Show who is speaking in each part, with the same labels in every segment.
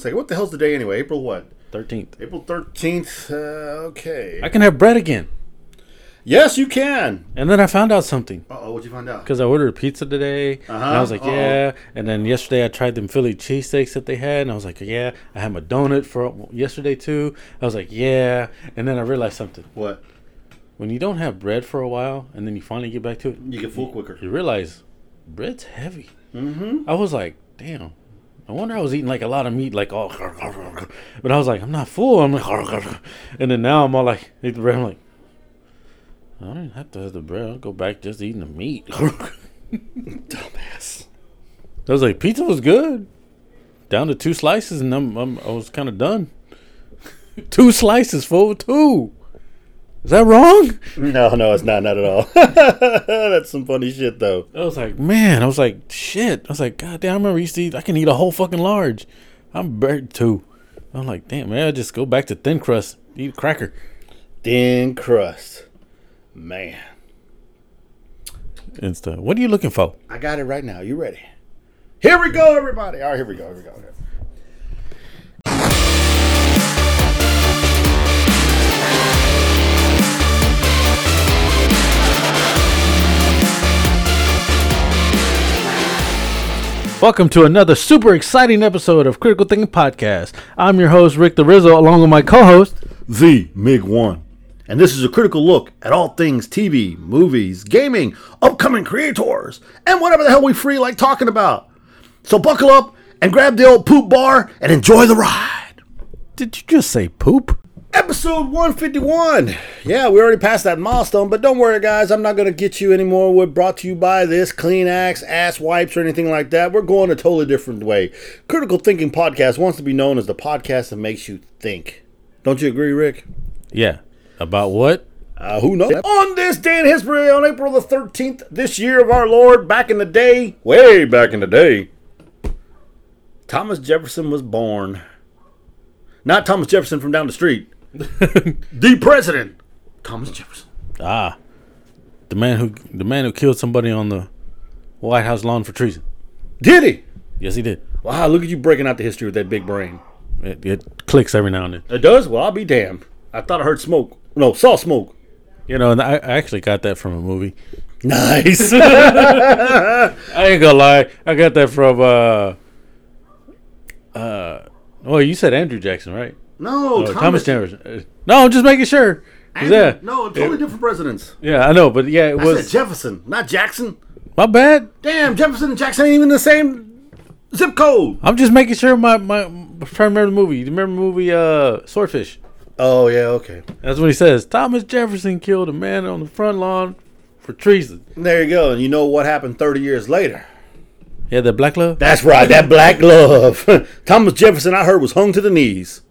Speaker 1: It's like, what the hell's the day anyway? April what?
Speaker 2: 13th.
Speaker 1: April 13th. Uh, okay.
Speaker 2: I can have bread again.
Speaker 1: yes, you can.
Speaker 2: And then I found out something.
Speaker 1: Uh oh, what'd you find out?
Speaker 2: Because I ordered pizza today, and I
Speaker 1: Uh-huh.
Speaker 2: was like,
Speaker 1: Uh-oh.
Speaker 2: yeah. And then yesterday I tried them Philly cheesesteaks that they had, and I was like, yeah. I had my donut for yesterday too. I was like, yeah. And then I realized something.
Speaker 1: What?
Speaker 2: When you don't have bread for a while, and then you finally get back to it,
Speaker 1: You get full quicker.
Speaker 2: you realize bread's heavy.
Speaker 1: Mm-hmm.
Speaker 2: I was like, damn. I wonder I was eating like a lot of meat, like all. But I was like, I'm not full. I'm like, and then now I'm all like, eat the bread. I'm like, I don't have to have the bread. I'll go back just eating the meat.
Speaker 1: Dumbass.
Speaker 2: I was like, pizza was good. Down to two slices, and I'm, I'm I was kind of done. two slices, full two. Is that wrong?
Speaker 1: No, no, it's not. Not at all. That's some funny shit, though.
Speaker 2: I was like, man. I was like, shit. I was like, god damn. I remember I used to eat. I can eat a whole fucking large. I'm burnt too. I'm like, damn, man. I just go back to thin crust. Eat a cracker.
Speaker 1: Thin crust. Man.
Speaker 2: and stuff. What are you looking for?
Speaker 1: I got it right now. You ready? Here we go, everybody. All right, here we go. Here we go. here.
Speaker 2: Welcome to another super exciting episode of Critical Thinking Podcast. I'm your host Rick the Rizzo, along with my co-host.
Speaker 1: The MiG 1. And this is a critical look at all things TV, movies, gaming, upcoming creators, and whatever the hell we free like talking about. So buckle up and grab the old poop bar and enjoy the ride.
Speaker 2: Did you just say poop?
Speaker 1: Episode 151. Yeah, we already passed that milestone, but don't worry, guys. I'm not going to get you anymore. We're brought to you by this Kleenex, ass wipes, or anything like that. We're going a totally different way. Critical Thinking Podcast wants to be known as the podcast that makes you think. Don't you agree, Rick?
Speaker 2: Yeah. About what?
Speaker 1: Uh, who knows? On this day in history, on April the 13th, this year of our Lord, back in the day, way back in the day, Thomas Jefferson was born. Not Thomas Jefferson from down the street. the president, Thomas Jefferson.
Speaker 2: Ah, the man who the man who killed somebody on the White House lawn for treason.
Speaker 1: Did he?
Speaker 2: Yes, he did.
Speaker 1: Wow, look at you breaking out the history with that big brain.
Speaker 2: It, it clicks every now and then.
Speaker 1: It does? Well, I'll be damned. I thought I heard smoke. No, saw smoke.
Speaker 2: You know, and I, I actually got that from a movie.
Speaker 1: Nice.
Speaker 2: I ain't gonna lie, I got that from uh, uh, well, you said Andrew Jackson, right?
Speaker 1: no,
Speaker 2: Or Thomas Jefferson. Uh, No, I'm just making sure. Yeah,
Speaker 1: No, totally different presidents.
Speaker 2: yeah, I know, but yeah, it
Speaker 1: I said
Speaker 2: was
Speaker 1: Jefferson, not Jackson.
Speaker 2: my bad.
Speaker 1: Damn, Jefferson and Jackson ain't even the same zip code.
Speaker 2: I'm just making sure my my I'm trying to remember the movie. You remember the movie uh Swordfish?
Speaker 1: Oh yeah, okay.
Speaker 2: That's what he says. Thomas Jefferson killed a man on the front lawn for treason.
Speaker 1: There you go. And you know what happened 30 years later?
Speaker 2: Yeah, the black love.
Speaker 1: That's right, that black love. Thomas Jefferson, I heard, was hung to the knees.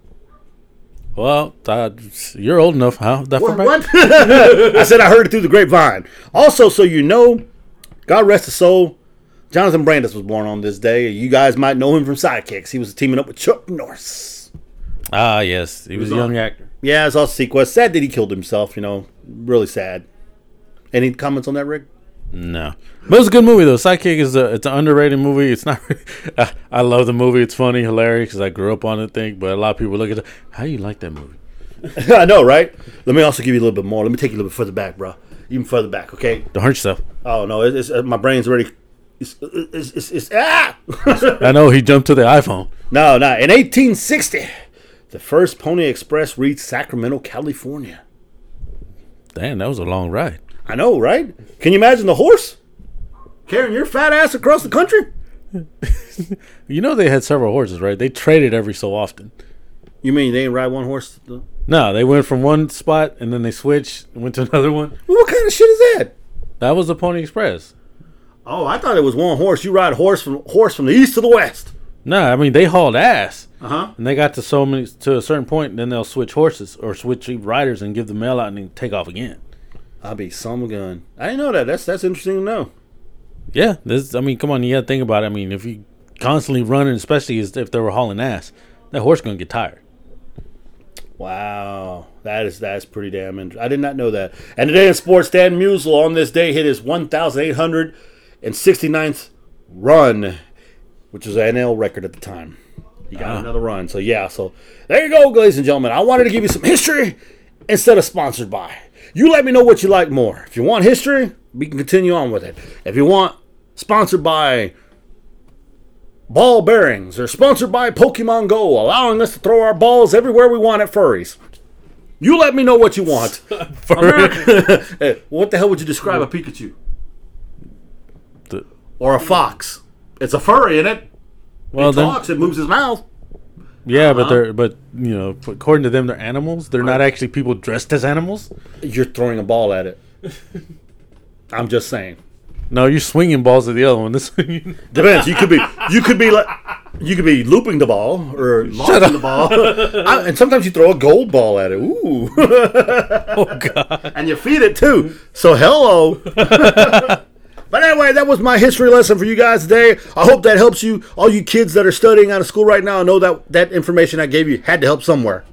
Speaker 2: Well, I, you're old enough, huh? That far back?
Speaker 1: I said I heard it through the grapevine. Also, so you know, God rest his soul, Jonathan Brandis was born on this day. You guys might know him from Sidekicks. He was teaming up with Chuck Norris.
Speaker 2: Ah, yes, he was a young actor.
Speaker 1: Yeah, it's also sequence. Sad that he killed himself, you know. Really sad. Any comments on that, Rick?
Speaker 2: No, but it's a good movie though. Sidekick is a it's an underrated movie. It's not. I, I love the movie. It's funny, hilarious because I grew up on it. Thing, but a lot of people look at it. How you like that movie?
Speaker 1: I know, right? Let me also give you a little bit more. Let me take you a little bit further back, bro. Even further back, okay?
Speaker 2: Don't hurt yourself.
Speaker 1: Oh no, it's, it's, uh, my brain's already. It's, uh, it's, it's, it's ah!
Speaker 2: I know he jumped to the iPhone.
Speaker 1: no, no. In 1860, the first Pony Express reached Sacramento, California.
Speaker 2: Damn, that was a long ride.
Speaker 1: I know, right? Can you imagine the horse carrying your fat ass across the country?
Speaker 2: You know they had several horses, right? They traded every so often.
Speaker 1: You mean they ain't ride one horse? To the...
Speaker 2: No, they went from one spot and then they switched and went to another one.
Speaker 1: What kind of shit is that?
Speaker 2: That was the Pony Express.
Speaker 1: Oh, I thought it was one horse. You ride horse from horse from the east to the west.
Speaker 2: No, I mean they hauled ass.
Speaker 1: Uh huh.
Speaker 2: And they got to so many to a certain point, and then they'll switch horses or switch riders and give the mail out and then take off again.
Speaker 1: I be some gun. I didn't know that. That's that's interesting to know.
Speaker 2: Yeah, this. I mean, come on, you got to think about it. I mean, if you constantly running, especially as if they were hauling ass, that horse gonna get tired.
Speaker 1: Wow, that is that's pretty damn interesting. I did not know that. And today in sports, Dan Musel on this day hit his 1,869th run, which was an NL record at the time. You got
Speaker 2: Ah.
Speaker 1: another run. So yeah, so there you go, ladies and gentlemen. I wanted to give you some history instead of sponsored by. You let me know what you like more. If you want history, we can continue on with it. If you want sponsored by ball bearings or sponsored by Pokemon Go, allowing us to throw our balls everywhere we want at furries. You let me know what you want. Hey, what the hell would you describe a Pikachu?
Speaker 2: The-
Speaker 1: Or a fox? It's a furry, is it?
Speaker 2: well,
Speaker 1: It
Speaker 2: Oh, then,
Speaker 1: talks, it moves his mouth.
Speaker 2: yeah, but they're but you know, according to them, they're animals. They're not actually people dressed as animals.
Speaker 1: You're throwing a ball at it. I'm just saying.
Speaker 2: No, you're swinging balls at the other one. This
Speaker 1: Depends. You could be you could be like you could be looping the ball or launching the ball. I, and sometimes you throw a gold ball at it. Ooh.
Speaker 2: oh god.
Speaker 1: and you feed it too. So hello. but anyway, that was my history lesson for you guys today. I hope that helps you, all you kids that are studying out of school right now. I know that that information I gave you had to help somewhere.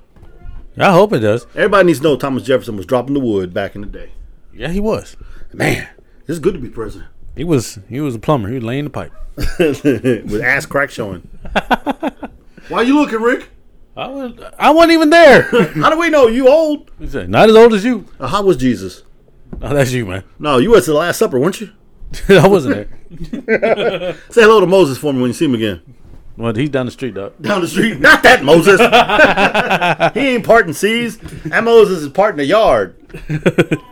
Speaker 2: I hope it does.
Speaker 1: Everybody needs to know Thomas Jefferson was dropping the wood back in the day.
Speaker 2: Yeah, he was.
Speaker 1: Man, this is good to be president
Speaker 2: He was. He was a plumber. He was laying the pipe.
Speaker 1: with ass crack showing. Why you looking, Rick?
Speaker 2: I was. I wasn't even there.
Speaker 1: How do we know you old?
Speaker 2: He said, not as old as you.
Speaker 1: Uh, How was Jesus?
Speaker 2: Oh, that's you, man.
Speaker 1: No, you was to the Last Supper, weren't you?
Speaker 2: I wasn't there.
Speaker 1: Say hello to Moses for me when you see him again.
Speaker 2: Well, he's down the street, dog.
Speaker 1: down the street. Not that Moses. he ain't parting seas. That Moses is parting the yard.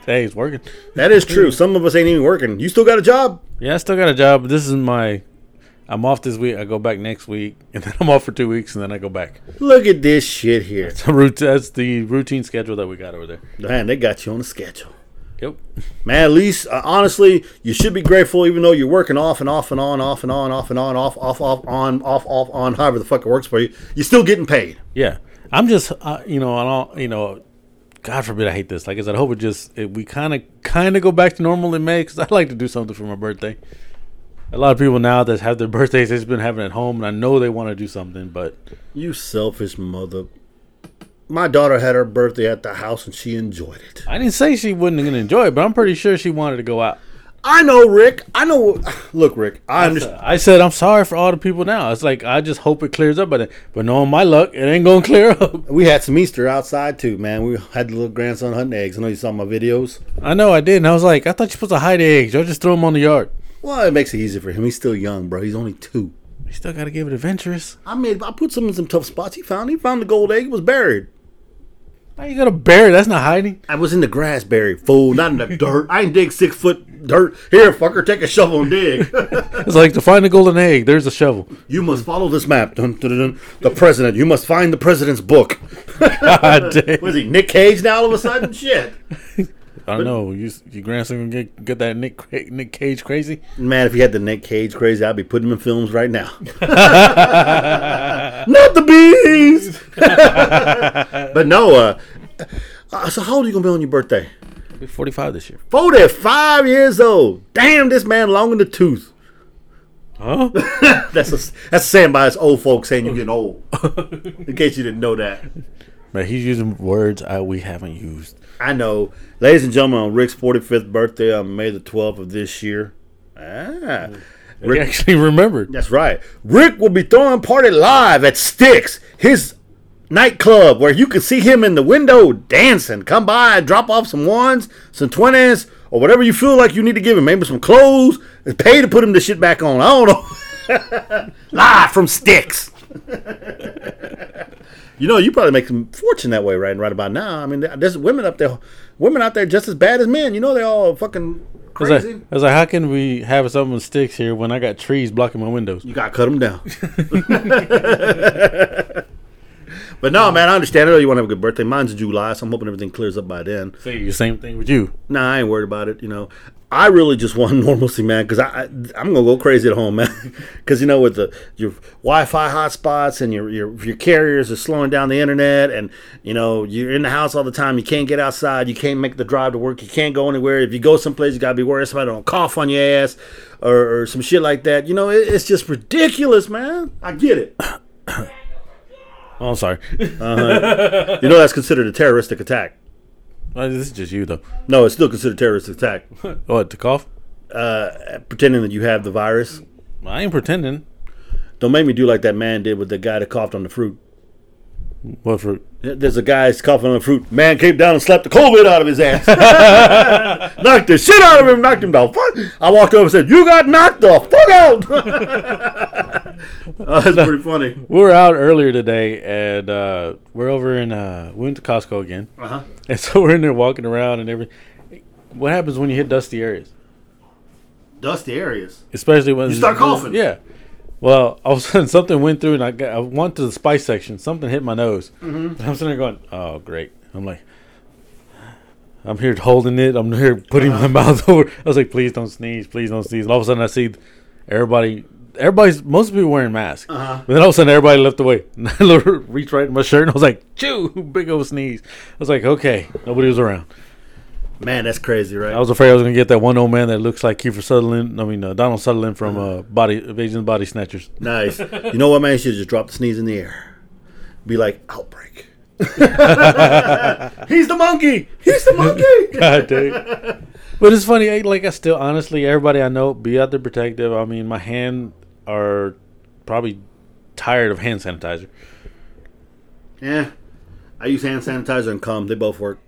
Speaker 2: Hey, he's working.
Speaker 1: That is true. Some of us ain't even working. You still got a job?
Speaker 2: Yeah, I still got a job. but This is my. I'm off this week. I go back next week, and then I'm off for two weeks, and then I go back.
Speaker 1: Look at this shit here.
Speaker 2: The route. That's the routine schedule that we got over there.
Speaker 1: Man, they got you on the schedule.
Speaker 2: Yep.
Speaker 1: Man, at least uh, honestly, you should be grateful, even though you're working off and off and on, off and on, off and on, off, off, off, on, off, off, on, however the fuck it works for you. You're still getting paid.
Speaker 2: Yeah, I'm just. Uh, you know, I don't. You know, God forbid I hate this. Like I said, I hope it just it, we kind of kind of go back to normal in May because I like to do something for my birthday. A lot of people now that have their birthdays they've been having at home, and I know they want to do something, but
Speaker 1: You selfish mother. My daughter had her birthday at the house and she enjoyed it.
Speaker 2: I didn't say she wasn't going to enjoy it. But I'm pretty sure she wanted to go out.
Speaker 1: I know, Rick. I know. Look, Rick. I understand.
Speaker 2: I said I'm sorry for all the people now. It's like I just hope it clears up, but but knowing my luck, it ain't gonna clear up.
Speaker 1: We had some Easter outside too, man. We had the little grandson hunting eggs. I know you saw my videos.
Speaker 2: I know I did, and I was like, I thought you were supposed to hide eggs. Y'all just throw them on the yard.
Speaker 1: Well, it makes it easy for him. He's still young, bro. He's only two.
Speaker 2: You still gotta give it adventurous.
Speaker 1: I mean, I put some in some tough spots. He found. He found the gold egg. It was buried.
Speaker 2: How you gonna bury? it? That's not hiding.
Speaker 1: I was in the grass buried, fool. Not in the dirt. I ain't dig six foot dirt. Here, fucker, take a shovel and dig.
Speaker 2: It's like to find a golden egg. There's a shovel.
Speaker 1: you must follow this map. Dun, dun, dun, dun. The president. You must find the president's book.
Speaker 2: God damn.
Speaker 1: Was he Nick Cage now? All of a sudden, shit.
Speaker 2: I don't know. You, your grandson gonna get, get that Nick Cra- Nick Cage crazy?
Speaker 1: Man, if he had the Nick Cage crazy, I'd be putting him in films right now. Not the bees. but no, uh, uh, so how old are you gonna be on your birthday?
Speaker 2: I'll be 45 this year.
Speaker 1: Forty-five years old. Damn, this man long in the tooth.
Speaker 2: Huh?
Speaker 1: That's a that's saying by us old folks saying you're getting old. In case you didn't know that,
Speaker 2: Man, he's using words I, we haven't used.
Speaker 1: I know, ladies and gentlemen, on Rick's forty-fifth birthday on May the twelfth of this year. Ah.
Speaker 2: We actually remembered.
Speaker 1: That's right. Rick will be throwing a party live at Sticks, his nightclub, where you can see him in the window dancing. Come by and drop off some ones, some twenties, or whatever you feel like you need to give him. Maybe some clothes. And pay to put him the shit back on. I don't know. live from Sticks. you know, you probably make some fortune that way, right? Right about now. I mean, there's women up there, women out there just as bad as men. You know, they all fucking
Speaker 2: I was,
Speaker 1: crazy.
Speaker 2: like, I was like, how can we have something with sticks here when I got trees blocking my windows?
Speaker 1: You gotta cut them down. but no, man, I understand. I know you want to have a good birthday. Mine's in July, so I'm hoping everything clears up by then.
Speaker 2: See, same thing with you.
Speaker 1: Nah, I ain't worried about it. You know, I really just want normalcy, man, because I, I I'm gonna go crazy at home, man. Because you know, with the your Wi-Fi hotspots and your, your your carriers are slowing down the internet, and you know you're in the house all the time. You can't get outside. You can't make the drive to work. You can't go anywhere. If you go someplace, you gotta be worried somebody don't cough on your ass or, or some shit like that. You know, it, it's just ridiculous, man. I get it.
Speaker 2: Oh, I'm sorry.
Speaker 1: You know that's considered a terroristic attack.
Speaker 2: Uh, this is just you, though.
Speaker 1: No, it's still considered a terrorist attack.
Speaker 2: What, to cough?
Speaker 1: Pretending that you have the virus.
Speaker 2: I ain't pretending.
Speaker 1: Don't make me do like that man did with the guy that coughed on the fruit.
Speaker 2: What fruit?
Speaker 1: There's a guy that's coughing on the fruit. Man came down and slapped the COVID out of his ass. knocked the shit out of him, knocked him down. Fuck. I walked over and said, You got knocked the fuck out. oh, that's pretty funny.
Speaker 2: We were out earlier today, and uh, we're over in. Uh, we went to Costco again,
Speaker 1: Uh-huh.
Speaker 2: and so we're in there walking around and everything. What happens when you hit dusty areas?
Speaker 1: Dusty areas.
Speaker 2: especially when
Speaker 1: You start coughing.
Speaker 2: Yeah. Well, all of a sudden something went through, and I got I went to the spice section. Something hit my nose.
Speaker 1: Mm-hmm.
Speaker 2: And I'm sitting there going, "Oh, great!" I'm like, I'm here holding it. I'm here putting
Speaker 1: Uh-huh.
Speaker 2: my mouth over. I was like, "Please don't sneeze. Please don't sneeze." And all of a sudden, I see everybody. Everybody's most people wearing masks.
Speaker 1: Uh-huh.
Speaker 2: But then all of a sudden, everybody left away. And I reached right in my shirt, and I was like, "Chew!" Big old sneeze. I was like, "Okay." Nobody was around.
Speaker 1: Man, that's crazy, right?
Speaker 2: I was afraid I was gonna get that one old man that looks like Kiefer Sutherland. I mean uh, Donald Sutherland from uh, Body Evasion of Body Snatchers.
Speaker 1: nice. You know what, man? You should just drop the sneeze in the air. Be like, Outbreak. He's the monkey. He's the monkey.
Speaker 2: God dang. But it's funny, eh, like I still honestly, everybody I know, be out there protective. I mean, my hand are probably tired of hand sanitizer.
Speaker 1: yeah. I use hand sanitizer and cum. They both work.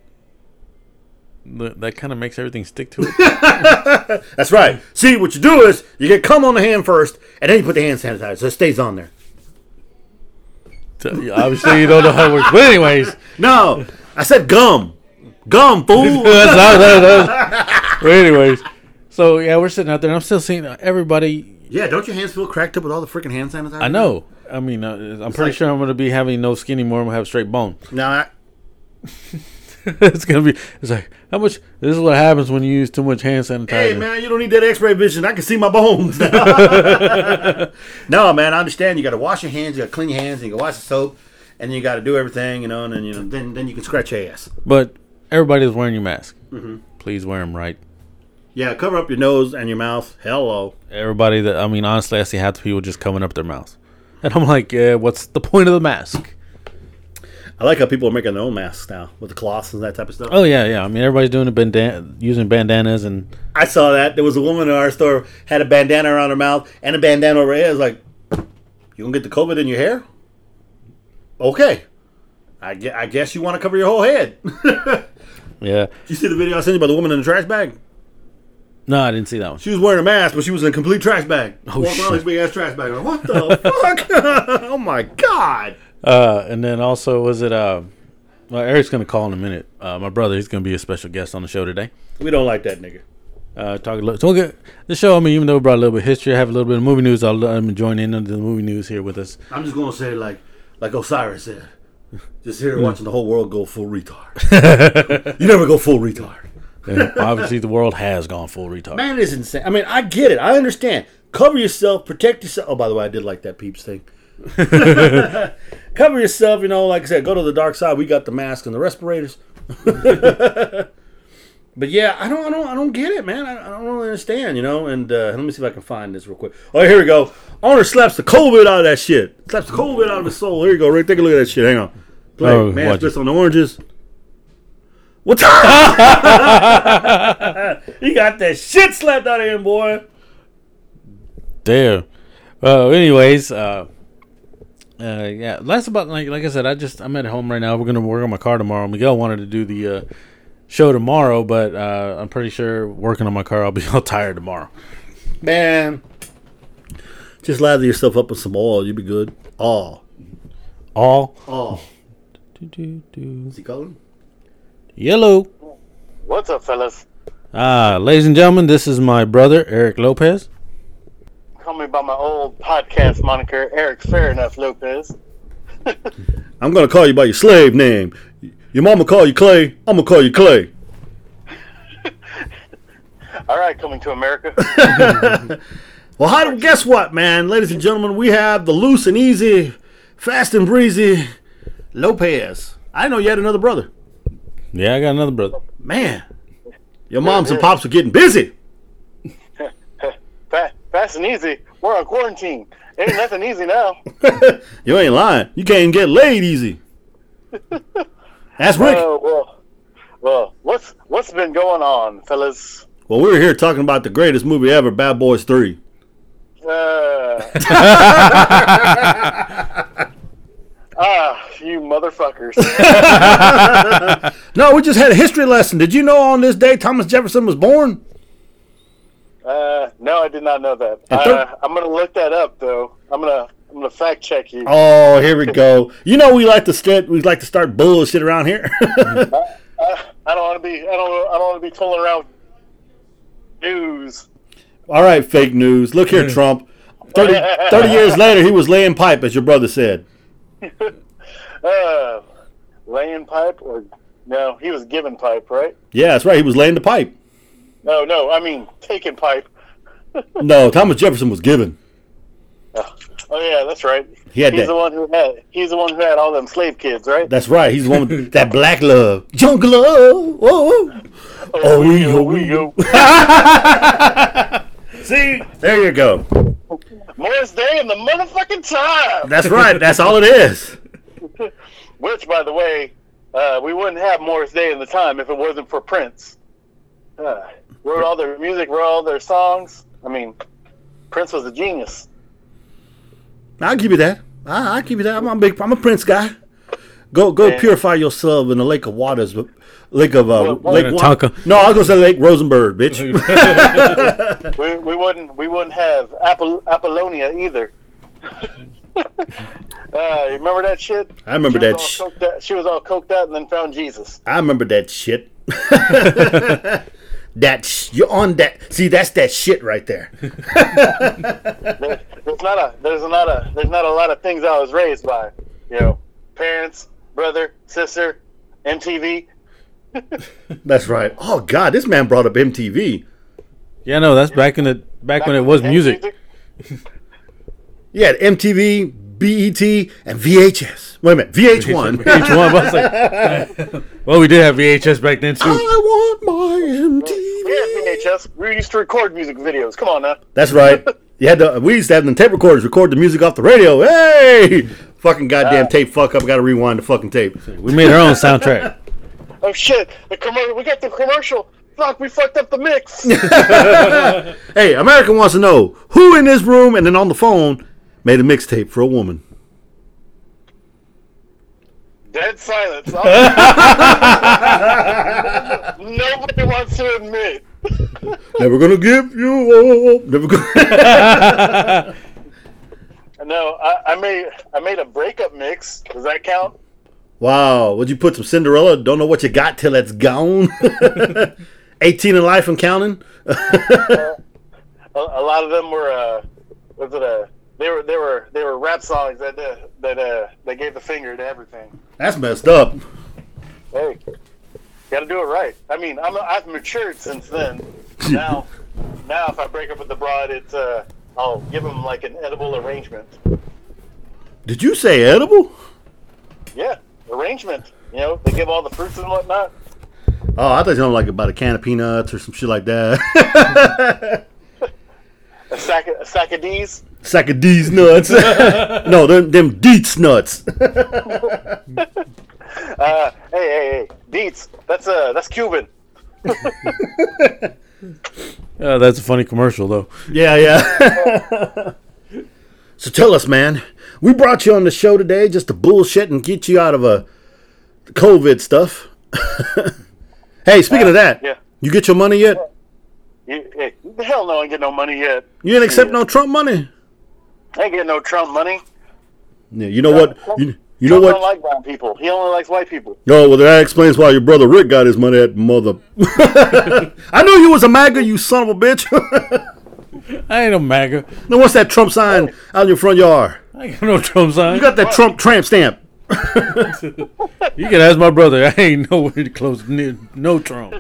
Speaker 2: Th- That kind of makes everything stick to it.
Speaker 1: That's right. See, what you do is you get cum on the hand first, and then you put the hand sanitizer. So it stays on there.
Speaker 2: So, yeah, obviously, you don't know how it works. But anyways,
Speaker 1: No, I said gum. Gum, fool.
Speaker 2: That's how- that's- that's- but anyways, so yeah, we're sitting out there, and I'm still seeing everybody
Speaker 1: yeah, don't your hands feel cracked up with all the freaking hand sanitizer?
Speaker 2: I know. I mean, uh, I'm pretty
Speaker 1: like-
Speaker 2: sure I'm going to be having no skin anymore. I'm going to have straight bone.
Speaker 1: Now, I,
Speaker 2: it's going to be, it's like, how much, this is what happens when you use too much hand sanitizer.
Speaker 1: hey, man, you don't need that x ray vision. I can see my bones. no, man, I understand. You got to wash your hands, you got to clean your hands, and you got to wash the soap, and you got to do everything, you know, and then, you know, then, then you can scratch your ass.
Speaker 2: But everybody's wearing your mask.
Speaker 1: Mm-hmm.
Speaker 2: Please wear them right.
Speaker 1: Yeah, cover up your nose and your mouth. Hello.
Speaker 2: Everybody that, I mean, honestly, I see half the people just covering up their mouths. And I'm like, yeah, what's the point of the mask?
Speaker 1: I like how people are making their own masks now with the cloths and that type of stuff.
Speaker 2: Oh, yeah, yeah. I mean, everybody's doing a bandana, using bandanas and,
Speaker 1: I saw that. There was a woman in our store had a bandana around her mouth and a bandana over her head. I was like, "You gonna get the COVID in your hair?" Okay, I guess, I guess you want to cover your whole head.
Speaker 2: yeah.
Speaker 1: you see the video I sent you about the woman in the trash bag?
Speaker 2: No, I didn't see that one.
Speaker 1: She was wearing a mask, but she was in a complete trash bag.
Speaker 2: Oh,
Speaker 1: Walking around
Speaker 2: shit.
Speaker 1: this big ass trash bag. I'm Like, what the fuck? oh my god!
Speaker 2: Uh, and then also, was it, uh, well, Eric's going to call in a minute. Uh, my brother, he's going to be a special guest on the show today.
Speaker 1: We don't like that nigga.
Speaker 2: uh, talk a little. So we'll get the show. I mean, even though we brought a little bit of history, I have a little bit of movie news. I'll I'm join in into the movie news here with us.
Speaker 1: I'm just gonna say like like Osiris said, just here watching the whole world go full retard. you never go full retard.
Speaker 2: And obviously, the world has gone full retard.
Speaker 1: Man, it is insane. I mean, I get it. I understand. Cover yourself, protect yourself. Oh, by the way, I did like that peeps thing. Cover yourself, you know, like I said, go to the dark side. We got the mask and the respirators. but yeah, I don't I don't I don't get it, man. I, I don't really understand, you know. And uh, let me see if I can find this real quick. Oh, here we go. Owner slaps the COVID out of that shit. Slaps the COVID out of his soul. Here you go, Rick. Take a look at that shit. Hang on. Play
Speaker 2: Oh,
Speaker 1: man
Speaker 2: watch
Speaker 1: splits on the oranges. What's up? he got that shit slapped out of him, boy.
Speaker 2: There. Well, anyways, uh, uh, yeah. Last about like like I said, I just I'm at home right now. We're gonna work on my car tomorrow. Miguel wanted to do the uh, show tomorrow, but uh, I'm pretty sure working on my car, I'll be all tired tomorrow.
Speaker 1: Man. Just lather yourself up with some oil. You'll be good. All.
Speaker 2: All
Speaker 1: All.
Speaker 2: do, do, do.
Speaker 1: What's he calling?
Speaker 2: yellow.
Speaker 3: What's up, fellas?
Speaker 2: Ah, ladies and gentlemen, this is my brother Eric Lopez.
Speaker 3: Call me by my old podcast moniker, Eric Fair Enough Lopez.
Speaker 1: I'm going to call you by your slave name. Your mama call you Clay. I'm going to call you Clay.
Speaker 3: All right, coming to America.
Speaker 1: Well, how do, guess what, man? Ladies and gentlemen, we have the loose and easy, fast and breezy Lopez. I know you had another brother.
Speaker 2: Yeah, I got another brother.
Speaker 1: Man. Your moms and pops were getting busy.
Speaker 3: Fa- Fast and easy. We're on quarantine. Ain't nothing easy now.
Speaker 1: You ain't lying. You can't even get laid easy. That's Rick.
Speaker 3: Oh well, well, what's what's been going on, fellas?
Speaker 1: Well, we were here talking about the greatest movie ever, Bad Boys 3.
Speaker 3: Uh, ah, you motherfuckers.
Speaker 1: No, we just had a history lesson. Did you know on this day Thomas Jefferson was born?
Speaker 3: Uh, no, I did not know that.
Speaker 1: don't-
Speaker 3: Uh, I'm gonna look that up though. I'm gonna I'm gonna fact check you.
Speaker 1: Oh, here we go. You know we like to start we like to start bullshit around here.
Speaker 3: I don't want to be I don't I don't want to be fooling around with news.
Speaker 1: All right, fake news. Look here, Trump. 30, 30 years later, he was laying pipe, as your brother said.
Speaker 3: Uh, laying pipe or no? He was giving pipe, right?
Speaker 1: Yeah, that's right. He was laying the pipe.
Speaker 3: No, no. I mean taking pipe.
Speaker 1: No, Thomas Jefferson was given.
Speaker 3: Oh yeah, that's right.
Speaker 1: He had
Speaker 3: he's
Speaker 1: that.
Speaker 3: the one who had he's the one who had all them slave kids, right?
Speaker 1: That's right. He's the one with that black love. Junk love. Whoa. whoa. Oh, we go, we go. See? There you go.
Speaker 3: Morris Day in the motherfucking time.
Speaker 1: That's right. That's all it is.
Speaker 3: Which, by the way, uh, we wouldn't have Morris Day in the time if it wasn't for Prince. Uh, wrote all their music, wrote all their songs. I mean, Prince was a genius.
Speaker 1: I'll give you that. I, I'll give you that. I'm a big. I'm a Prince guy. Go, go,
Speaker 3: Yeah.
Speaker 1: purify yourself in the lake of waters, but lake of uh,
Speaker 3: Well,
Speaker 1: lake. Wa-
Speaker 2: Minnetonka.
Speaker 1: no, I'll go to Lake Rosenberg, bitch.
Speaker 3: We, we wouldn't we wouldn't have Apol- Apollonia either. uh, you remember that shit?
Speaker 1: I remember
Speaker 3: she
Speaker 1: that.
Speaker 3: was
Speaker 1: Sh-
Speaker 3: all coked out- she was all coked out and then found Jesus.
Speaker 1: I remember that shit. that sh- you're on that. See, that's that shit right there.
Speaker 3: There- There's not a there's not a there's not a lot of things I was raised by. You know, parents, brother, sister, MTV.
Speaker 1: That's right. Oh God, this man brought up MTV.
Speaker 2: Yeah, no, that's back in the back, when it was
Speaker 3: and
Speaker 2: music.
Speaker 1: Yeah, MTV, BET, E and VHS. Wait a minute, VH1.
Speaker 2: VH1. I was like, well, we did have VHS back then
Speaker 1: I
Speaker 2: too.
Speaker 1: want
Speaker 3: Yeah,
Speaker 1: my MTV.
Speaker 3: VHS. We used to record music videos. Come on now.
Speaker 1: That's right. You had to, we used to have them tape recorders record the music off the radio. Hey, fucking goddamn tape fuck up. Got to rewind the fucking tape.
Speaker 2: We made our own soundtrack.
Speaker 3: Oh shit! The commercial. We got the commercial. Fuck! We fucked up the mix.
Speaker 1: Hey, America wants to know who in this room and then on the phone made a mixtape for a woman.
Speaker 3: Dead silence. Nobody wants to admit.
Speaker 1: Never gonna give you up. Never gonna.
Speaker 3: No, I, I made I made a breakup mix. Does that count?
Speaker 1: wow, would you put some Cinderella? Don't know what you got till it's gone. 18 in life and counting.
Speaker 3: A, a lot of them were. Uh, was it a? They were they were they were rap songs that uh, that uh, they gave the finger to everything.
Speaker 1: That's messed up.
Speaker 3: Hey, got to do it right. I mean, I'm I've matured since then. Now, now if I break up with the broad, it's uh, I'll give them like an edible arrangement.
Speaker 1: Did you say edible?
Speaker 3: Yeah, arrangement. You know, they give all the fruits and whatnot.
Speaker 1: Oh, I thought you were like about a can of peanuts or some shit like that.
Speaker 3: A sack of, a sack of D's.
Speaker 1: Sack of these nuts. no, them them deets nuts.
Speaker 3: Uh, hey, hey, hey, Deets. That's uh, that's Cuban.
Speaker 2: Uh, that's a funny commercial though.
Speaker 1: Yeah, yeah. so tell us, man. We brought you on the show today just to bullshit and get you out of a COVID stuff. hey, speaking of that,
Speaker 3: yeah.
Speaker 1: you get your money yet?
Speaker 3: You, hey, hell, no, I ain't get no money yet.
Speaker 1: You didn't accept no Trump money.
Speaker 3: I ain't getting no Trump money.
Speaker 1: Yeah, you know what? You, you know
Speaker 3: Trump
Speaker 1: what?
Speaker 3: don't like brown people. He only likes white people.
Speaker 1: No, well that explains why your brother Rick got his money at mother. I knew you was a MAGA, you son of a bitch.
Speaker 2: I ain't a MAGA.
Speaker 1: now what's that Trump sign out in your front yard?
Speaker 2: I ain't got no Trump sign.
Speaker 1: You got that Trump tramp stamp.
Speaker 2: You can ask my brother. I ain't nowhere close near no Trump.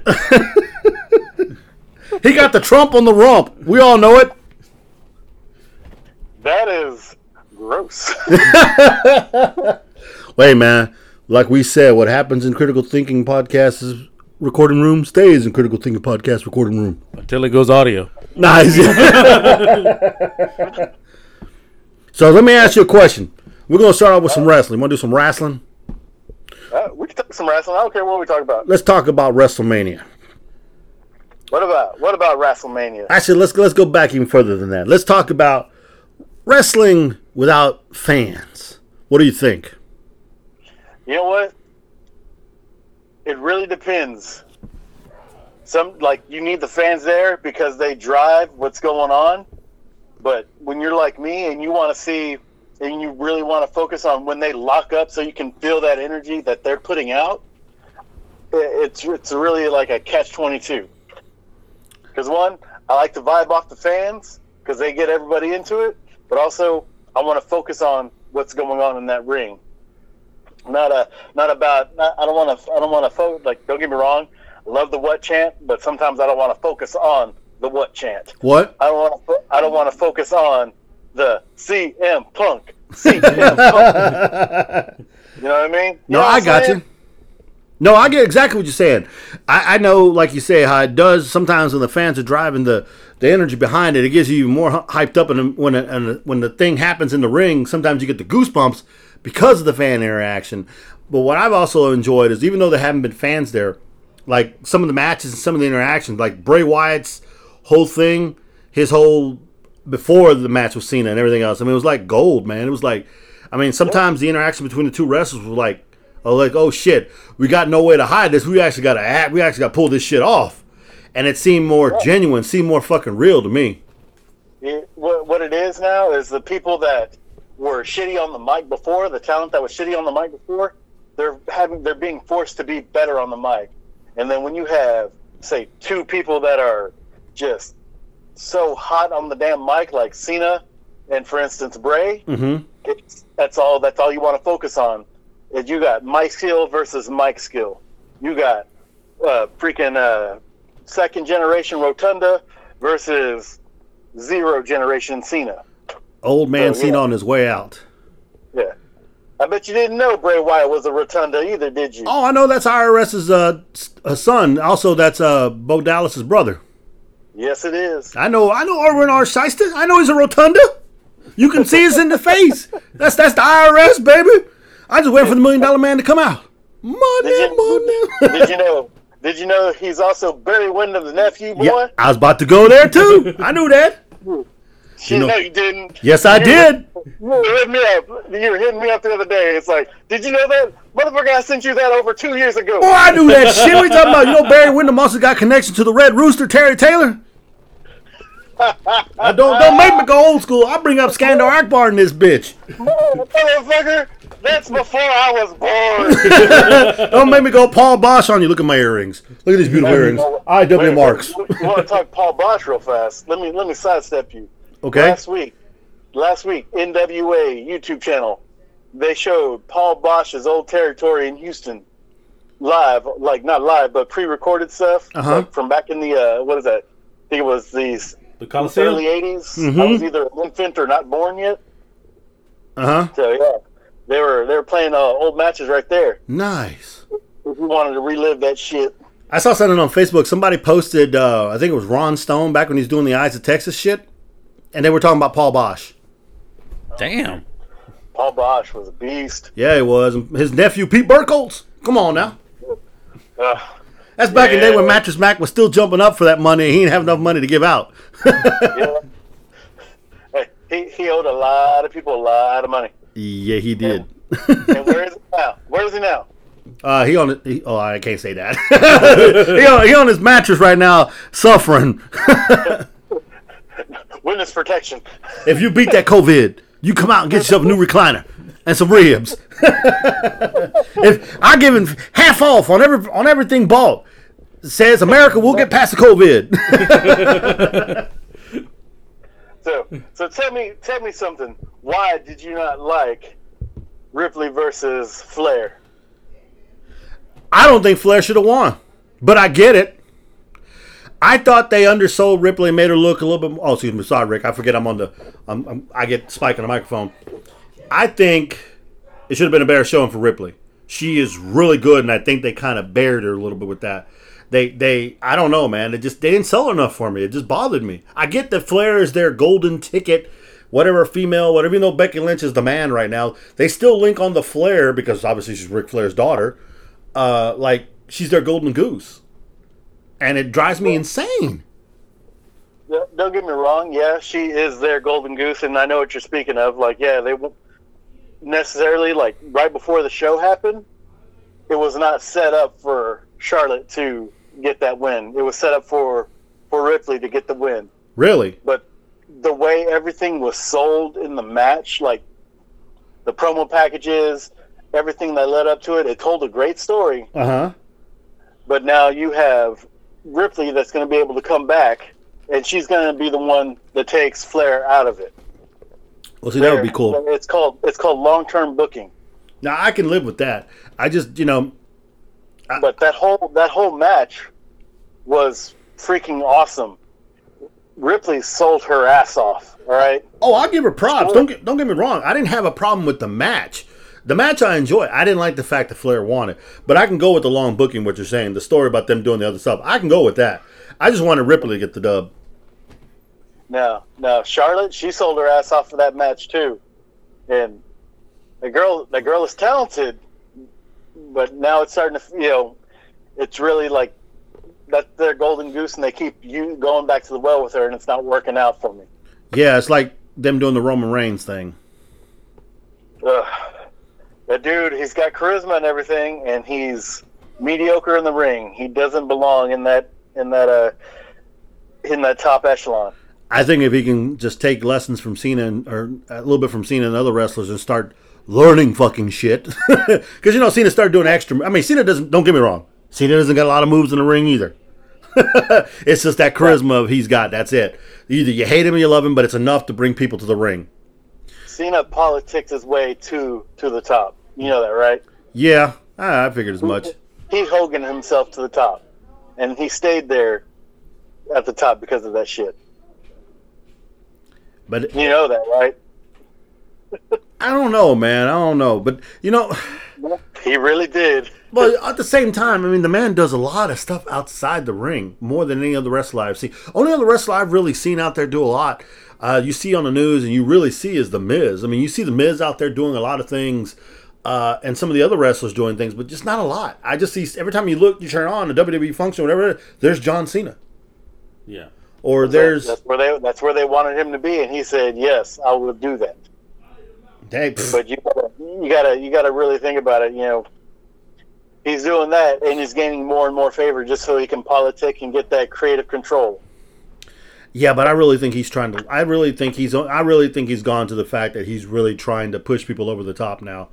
Speaker 1: He got the Trump on the rump. We all know it.
Speaker 3: That is gross.
Speaker 1: Wait, man. Like we said, what happens in critical thinking podcasts is recording room stays in critical thinking podcast recording room.
Speaker 2: Until it goes audio.
Speaker 1: Nice. so let me ask you a question. We're gonna start off with some wrestling. Want to do some wrestling?
Speaker 3: uh, we can talk some wrestling. I don't care what we talk about.
Speaker 1: Let's talk about WrestleMania.
Speaker 3: What about what about WrestleMania?
Speaker 1: Actually, let's let's go back even further than that. Let's talk about wrestling without fans. What do you think?
Speaker 3: You know what? It really depends. Some like you need the fans there because they drive what's going on. But when you're like me and you want to see and you really want to focus on when they lock up so you can feel that energy that they're putting out, i- it's it's really like a catch 22. Cuz one, I like to vibe off the fans cuz they get everybody into it, but also I want to focus on what's going on in that ring not a not about not, I don't want to I don't want to fo- like don't get me wrong I love the what chant but sometimes I don't want to focus on the what chant
Speaker 1: What?
Speaker 3: I don't want to fo- I don't want to focus on the CM Punk CM Punk you know what I mean
Speaker 1: No, I got you. No, I get exactly what you're saying. I, I know, like you say, how it does sometimes when the fans are driving the, the energy behind it, it gets you even more hy- hyped up. And when a, and a- when the thing happens in the ring, sometimes you get the goosebumps because of the fan interaction. But what I've also enjoyed is even though there haven't been fans there, like some of the matches and some of the interactions, like Bray Wyatt's whole thing, his whole before the match with Cena and everything else. I mean, it was like gold, man. It was like, I mean, sometimes the interaction between the two wrestlers was like, oh, like oh shit, we got no way to hide this. We actually got to act. We actually got to pull this shit off, and it seemed more genuine, seemed more fucking real to me.
Speaker 3: It- what, what it is now is the people that were shitty on the mic before, the talent that was shitty on the mic before, they're having they're being forced to be better on the mic. And then when you have say two people that are just so hot on the damn mic, like Cena and for instance Bray,
Speaker 1: Mm-hmm.
Speaker 3: it's, that's all that's all you want to focus on. Is you got Mike Skill versus Mike Skill. You got uh, freaking uh, second generation Rotunda versus zero generation Cena.
Speaker 1: Old man
Speaker 3: Oh, yeah.
Speaker 1: seen on his way out.
Speaker 3: Yeah, I bet you didn't know Bray Wyatt was a Rotunda either, did you?
Speaker 1: Oh, I know that's IRS's uh, s- uh, son. Also, that's uh, Bo Dallas's brother.
Speaker 3: Yes, it is.
Speaker 1: I know. I know Erwin R. Shyster. I know he's a rotunda. You can see us in the face. That's that's the IRS, baby. I just wait for the million dollar man to come out. Money,
Speaker 3: Did you,
Speaker 1: money.
Speaker 3: did you know? Did you know he's also Barry Windham's nephew, boy?
Speaker 1: yeah, I was about to go there too. I knew that.
Speaker 3: Shit,
Speaker 1: know-
Speaker 3: no, you didn't.
Speaker 1: Yes, I did.
Speaker 3: You were hitting me up. You were hitting me up the other day. It's like, did you know that motherfucker? I sent you that over two years ago.
Speaker 1: Boy, Oh, I knew that shit. What you talking about? You know Barry Windham also got connection to the Red Rooster, Terry Taylor. I don't don't make me go old school. I bring up Skandar Akbar in this bitch.
Speaker 3: Motherfucker, that's before I was born.
Speaker 1: Don't make me go Paul Bosch on you. Look at my earrings. Look at these beautiful earrings. IW marks.
Speaker 3: You want to talk Paul Bosch real fast? Let me let me sidestep you.
Speaker 1: Okay.
Speaker 3: Last week, last week, NWA YouTube channel, they showed Paul Bosch's old territory in Houston, live, like not live, but pre-recorded stuff
Speaker 1: Uh-huh.
Speaker 3: like, from back in the uh, what is that? I think it was these
Speaker 2: The
Speaker 3: early
Speaker 2: Coliseum.
Speaker 3: '80s. I
Speaker 1: Mm-hmm.
Speaker 3: was either an infant or not born yet.
Speaker 1: Uh huh.
Speaker 3: So yeah, they were they were playing uh, old matches right there.
Speaker 1: Nice. Mm-hmm.
Speaker 3: If you wanted to relive that shit.
Speaker 1: I saw something on Facebook. Somebody posted, uh, I think it was Ron Stone back when he was doing the Eyes of Texas shit, and they were talking about Paul Bosch.
Speaker 2: Damn.
Speaker 3: Paul Bosch was a beast.
Speaker 1: Yeah, he was. And His nephew, Pete Burkholz. Come on now.
Speaker 3: Ugh.
Speaker 1: That's back in the day when
Speaker 3: Yeah.
Speaker 1: Mattress Mac was still jumping up for that money and he didn't have enough money to give out.
Speaker 3: Yeah. Hey, he, he owed a lot of people a lot of money.
Speaker 1: Yeah, he did.
Speaker 3: And where is he now? Where is he now?
Speaker 1: Uh, he on he, oh I can't say that. he, on, he on his mattress right now, suffering.
Speaker 3: Witness protection.
Speaker 1: If you beat that COVID, you come out and get yourself a new recliner and some ribs. if I give him half off on every on everything bought, It says America will get past the COVID.
Speaker 3: So, so tell me, tell me something. Why did you not like Ripley versus Flair?
Speaker 1: I don't think Flair should have won, but I get it. I thought they undersold Ripley and made her look a little bit. Oh, excuse me, sorry, Rick. I forget I'm on the. I'm, I'm, I get Spike on the microphone. I think it should have been a better showing for Ripley. She is really good, and I think they kind of buried her a little bit with that. They, they, I don't know, man. It just they didn't sell enough for me. It just bothered me. I get that Flair is their golden ticket, whatever female, whatever. Even though Becky Lynch is the man right now, they still link on the Flair because obviously she's Ric Flair's daughter. Uh, like she's their golden goose, and it drives me insane.
Speaker 3: Yeah, Don't get me wrong. Yeah, she is their golden goose, and I know what you're speaking of. Like, yeah, they won't necessarily like right before the show happened. It was not set up for Charlotte to get that win. It was set up for for Ripley to get the win.
Speaker 1: Really?
Speaker 3: But the way everything was sold in the match, like the promo packages, everything that led up to it, it told a great story
Speaker 1: Uh huh.
Speaker 3: but now you have Ripley that's going to be able to come back, and she's going to be the one that takes Flair out of it.
Speaker 1: Well, see, that would be cool.
Speaker 3: So It's called it's called long term booking.
Speaker 1: Now I can live with that. I just, you know, Ah.
Speaker 3: But that whole that whole match was freaking awesome. Ripley sold her ass off. All right,
Speaker 1: oh, I'll give her props. Don't get, don't get me wrong. I didn't have a problem with the match. The match I enjoy. I didn't like the fact that Flair won it, but I can go with the long booking. What you're saying, the story about them doing the other stuff, I can go with that. I just wanted Ripley to get the dub.
Speaker 3: no, no, Charlotte she sold her ass off for that match too, and the girl the girl is talented, but now it's starting to you know, it's really like that's their golden goose, and they keep you going back to the well with her, and it's not working out for me.
Speaker 1: Yeah, it's like them doing the Roman Reigns thing.
Speaker 3: Ugh. The dude, he's got charisma and everything, and he's mediocre in the ring. He doesn't belong in that in that uh in that top echelon.
Speaker 1: I think if he can just take lessons from Cena and, or a little bit from Cena and other wrestlers and start learning fucking shit, because you know Cena started doing extra. I mean, Cena doesn't. Don't get me wrong. Cena doesn't got a lot of moves in the ring either. it's just that charisma he's got. That's it. Either you hate him or you love him, but it's enough to bring people to the ring.
Speaker 3: Cena politics his way to to the top. You know that, right?
Speaker 1: Yeah, I, I figured as much.
Speaker 3: he Hogan himself to the top, and he stayed there at the top because of that shit.
Speaker 1: But
Speaker 3: You know that, right?
Speaker 1: I don't know, man. I don't know. But you know.
Speaker 3: He really did.
Speaker 1: But at the same time, I mean, the man does a lot of stuff outside the ring more than any other wrestler I've seen. Only other wrestler I've really seen out there do a lot, uh, you see on the news and you really see is The Miz. I mean, you see The Miz out there doing a lot of things uh, and some of the other wrestlers doing things, but just not a lot. I just see every time you look, you turn on the WWE function, whatever, there's John Cena.
Speaker 2: Yeah.
Speaker 1: Or there's,
Speaker 3: that's where they that's where they wanted him to be, and he said, "Yes, I will do that."
Speaker 1: hey, pff,
Speaker 3: But you gotta you gotta you gotta really think about it. You know, he's doing that, and he's gaining more and more favor just so he can politic and get that creative control.
Speaker 1: Yeah, but I really think he's trying to. I really think he's. I really think he's gone to the fact that he's really trying to push people over the top now.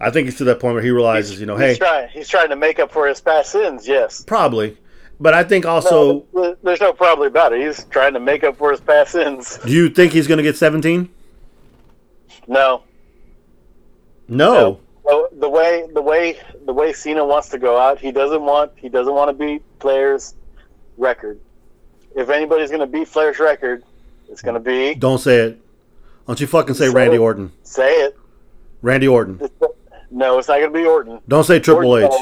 Speaker 1: I think it's to that point where he realizes, you know, hey,
Speaker 3: He's trying he's trying to make up for his past sins. Yes.
Speaker 1: probably, but I think also,
Speaker 3: No, there's no probably about it. He's trying to make up for his past sins.
Speaker 1: do you think he's going to get seventeen?
Speaker 3: No,
Speaker 1: No.
Speaker 3: So the way the way the way Cena wants to go out, he doesn't want he doesn't want to beat Flair's record. If anybody's going to beat Flair's record, it's going to be
Speaker 1: don't say it. Don't you fucking say Randy
Speaker 3: it.
Speaker 1: Orton.
Speaker 3: say it.
Speaker 1: Randy Orton.
Speaker 3: No, it's not going to be Orton.
Speaker 1: Don't say Triple H.
Speaker 3: Orton's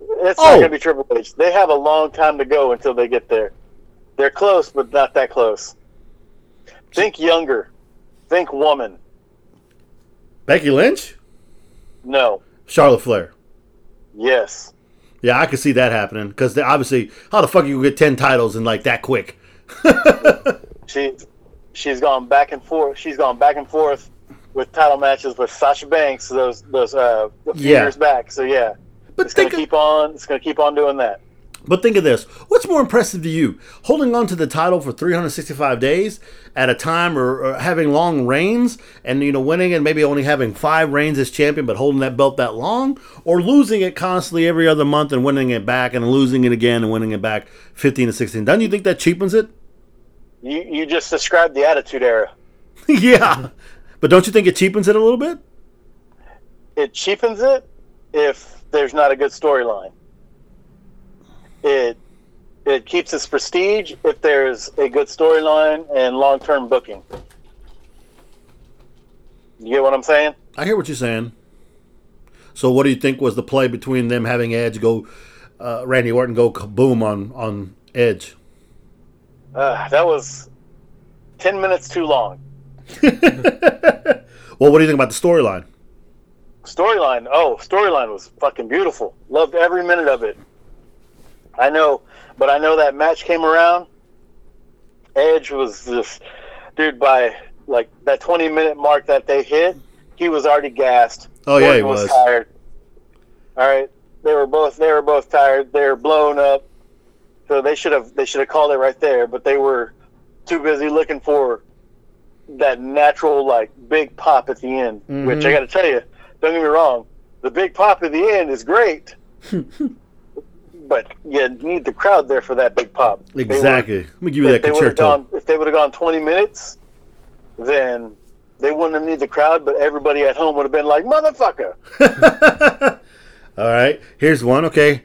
Speaker 3: not- It's
Speaker 1: Oh.
Speaker 3: not going to be Triple H. They have a long time to go until they get there. They're close, but not that close. Think younger. Think woman.
Speaker 1: Becky Lynch.
Speaker 3: No.
Speaker 1: Charlotte Flair.
Speaker 3: Yes.
Speaker 1: Yeah, I could see that happening because obviously, how the fuck you gonna get ten titles in like that quick?
Speaker 3: She she's gone back and forth. She's gone back and forth with title matches with Sasha Banks those those uh, a few
Speaker 1: Yeah.
Speaker 3: years back. So yeah,
Speaker 1: But
Speaker 3: it's gonna
Speaker 1: think of-
Speaker 3: keep on. It's gonna keep on doing that.
Speaker 1: But think of this. What's more impressive to you? Holding on to the title for 365 days at a time or, or having long reigns and you know winning and maybe only having 5 reigns as champion but holding that belt that long or losing it constantly every other month and winning it back and losing it again and winning it back 15 to 16. Don't you think that cheapens it?
Speaker 3: You you just described the Attitude Era.
Speaker 1: yeah. But don't you think it cheapens it a little bit?
Speaker 3: It cheapens it if there's not a good storyline. It it keeps its prestige if there's a good storyline and long term booking. You get what I'm saying?
Speaker 1: I hear what you're saying. So what do you think was the play between them having Edge go uh, Randy Orton go kaboom on on Edge?
Speaker 3: Uh, that was ten minutes too long.
Speaker 1: Well, what do you think about the storyline?
Speaker 3: Storyline, oh, storyline was fucking beautiful. Loved every minute of it. I know, but I know that match came around, Edge was just, dude, by like that 20 minute mark that they hit, he was already gassed.
Speaker 1: Oh, yeah, he
Speaker 3: Orton
Speaker 1: was.
Speaker 3: tired. All right, they were both they were both tired. They were blown up, so they should have they should have called it right there. But they were too busy looking for that natural like big pop at the end.
Speaker 1: Mm-hmm.
Speaker 3: Which I got to tell you, don't get me wrong, the big pop at the end is great. But you need the crowd there for that big pop. They weren't-
Speaker 1: Exactly. Let me give you that
Speaker 3: if they would have
Speaker 1: concerto.
Speaker 3: gone, if they would have gone 20 minutes, then they wouldn't have needed the crowd, but everybody at home would have been like, "Motherfucker!"
Speaker 1: All right, here's one. Okay,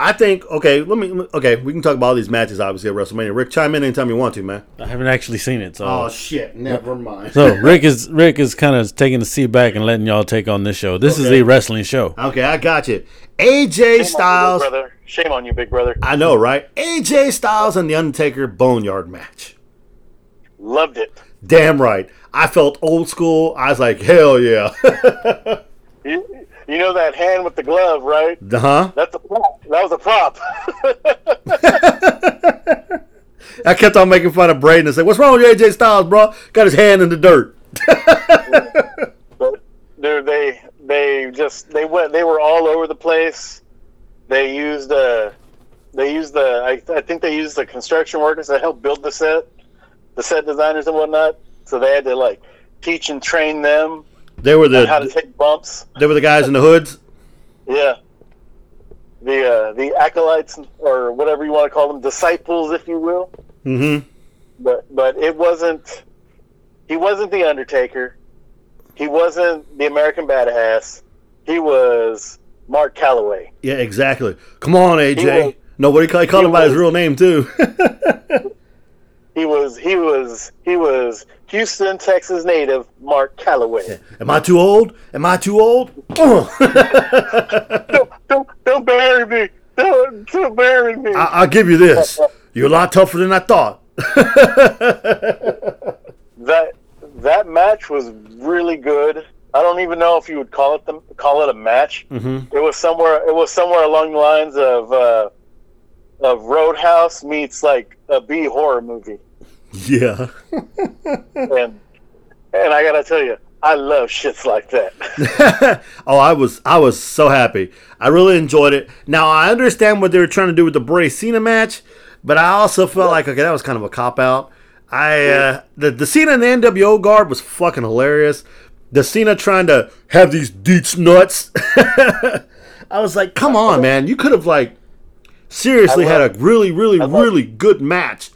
Speaker 1: I think. Okay, let me. Okay, we can talk about all these matches. Obviously at WrestleMania. Rick, chime in anytime you want to, man.
Speaker 2: I haven't actually seen it, so
Speaker 1: Oh shit! Never mind.
Speaker 2: So Rick is Rick is kind of taking the seat back and letting y'all take on this show. This is
Speaker 1: Okay.
Speaker 2: a wrestling show.
Speaker 1: Okay, I got you. AJ
Speaker 3: Shame on you,
Speaker 1: Styles.
Speaker 3: big brother. Shame on you, big brother.
Speaker 1: I know, right? AJ Styles and the Undertaker Boneyard match.
Speaker 3: Loved it.
Speaker 1: Damn right. I felt old school. I was like, hell yeah.
Speaker 3: You, you know that hand with the glove, right?
Speaker 1: huh?
Speaker 3: That's a prop. That was a prop.
Speaker 1: I kept on making fun of Braden and say, "What's wrong with AJ Styles, bro? Got his hand in the dirt."
Speaker 3: but dude, they they just they went they were all over the place. They used uh they used the I, I think they used the construction workers that helped build the set, the set designers and whatnot. So they had to like teach and train them
Speaker 1: They were
Speaker 3: how to
Speaker 1: the
Speaker 3: take bumps.
Speaker 1: they were the guys in the hoods.
Speaker 3: Yeah. The uh, the acolytes or whatever you want to call them, disciples, if you will.
Speaker 1: Mm-hmm.
Speaker 3: but but it wasn't he wasn't the undertaker he wasn't the american badass he was mark calloway
Speaker 1: Yeah, exactly. Come on,
Speaker 3: He was-
Speaker 1: AJ. Nobody called, called
Speaker 3: he
Speaker 1: him by his
Speaker 3: was-
Speaker 1: real name too.
Speaker 3: he was he was he was houston texas native mark calloway
Speaker 1: Am I too old? Am I too old? Ugh.
Speaker 3: don't, don't don't bury me don't, don't bury me
Speaker 1: I- I'll give you this. You're a lot tougher than I thought.
Speaker 3: that that match was really good i don't even know if you would call it the, call it a match
Speaker 1: Mm-hmm.
Speaker 3: it was somewhere it was somewhere along the lines of uh, of roadhouse meets like a b horror movie
Speaker 1: Yeah.
Speaker 3: and and I gotta tell you, I love shits like that.
Speaker 1: Oh, I was I was so happy. I really enjoyed it. Now I understand what they were trying to do with the Bray Cena match, but I also felt like okay, that was kind of a cop out. I uh, the the Cena and the NWO guard was fucking hilarious. The Cena trying to have these deets nuts. I was like, come on, man, you could have like seriously
Speaker 3: I
Speaker 1: had
Speaker 3: love-
Speaker 1: a really, really,
Speaker 3: love-
Speaker 1: really good match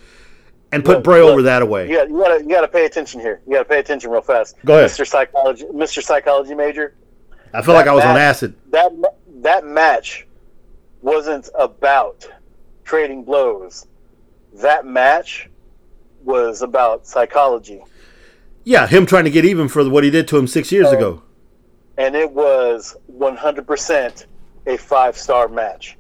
Speaker 1: and put
Speaker 3: Look,
Speaker 1: Bray
Speaker 3: look,
Speaker 1: over that away.
Speaker 3: You gotta, you gotta you gotta pay attention here. You gotta pay attention real fast.
Speaker 1: Go ahead.
Speaker 3: Mr. Psychology, Mr. Psychology major.
Speaker 1: I felt like I was on
Speaker 3: that-
Speaker 1: acid.
Speaker 3: That ma- that match wasn't about trading blows. That match was about psychology,
Speaker 1: Yeah, him trying to get even for what he did to him six
Speaker 3: Oh,
Speaker 1: years ago.
Speaker 3: and it was 100% a five star match.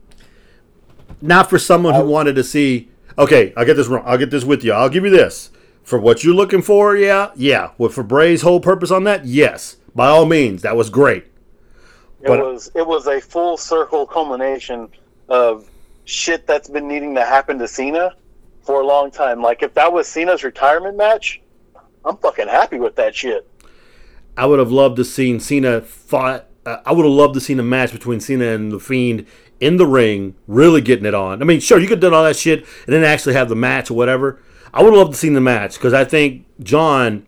Speaker 1: not for someone who wanted to see. Okay, I'll get this wrong. I'll get this with you. I'll give you this for what you're looking for. Yeah, yeah. What for Bray's whole purpose on that? Yes, by all means, that was great.
Speaker 3: It
Speaker 1: But-
Speaker 3: was it was a full circle culmination of shit that's been needing to happen to Cena for a long time. Like if that was Cena's retirement match, I'm fucking happy with that shit.
Speaker 1: I would have loved to seen Cena fought. Uh, I would have loved to seen a match between Cena and the Fiend in the ring, really getting it on. I mean, sure, you could have done all that shit and then actually have the match or whatever. I would have loved to seen the match because I think John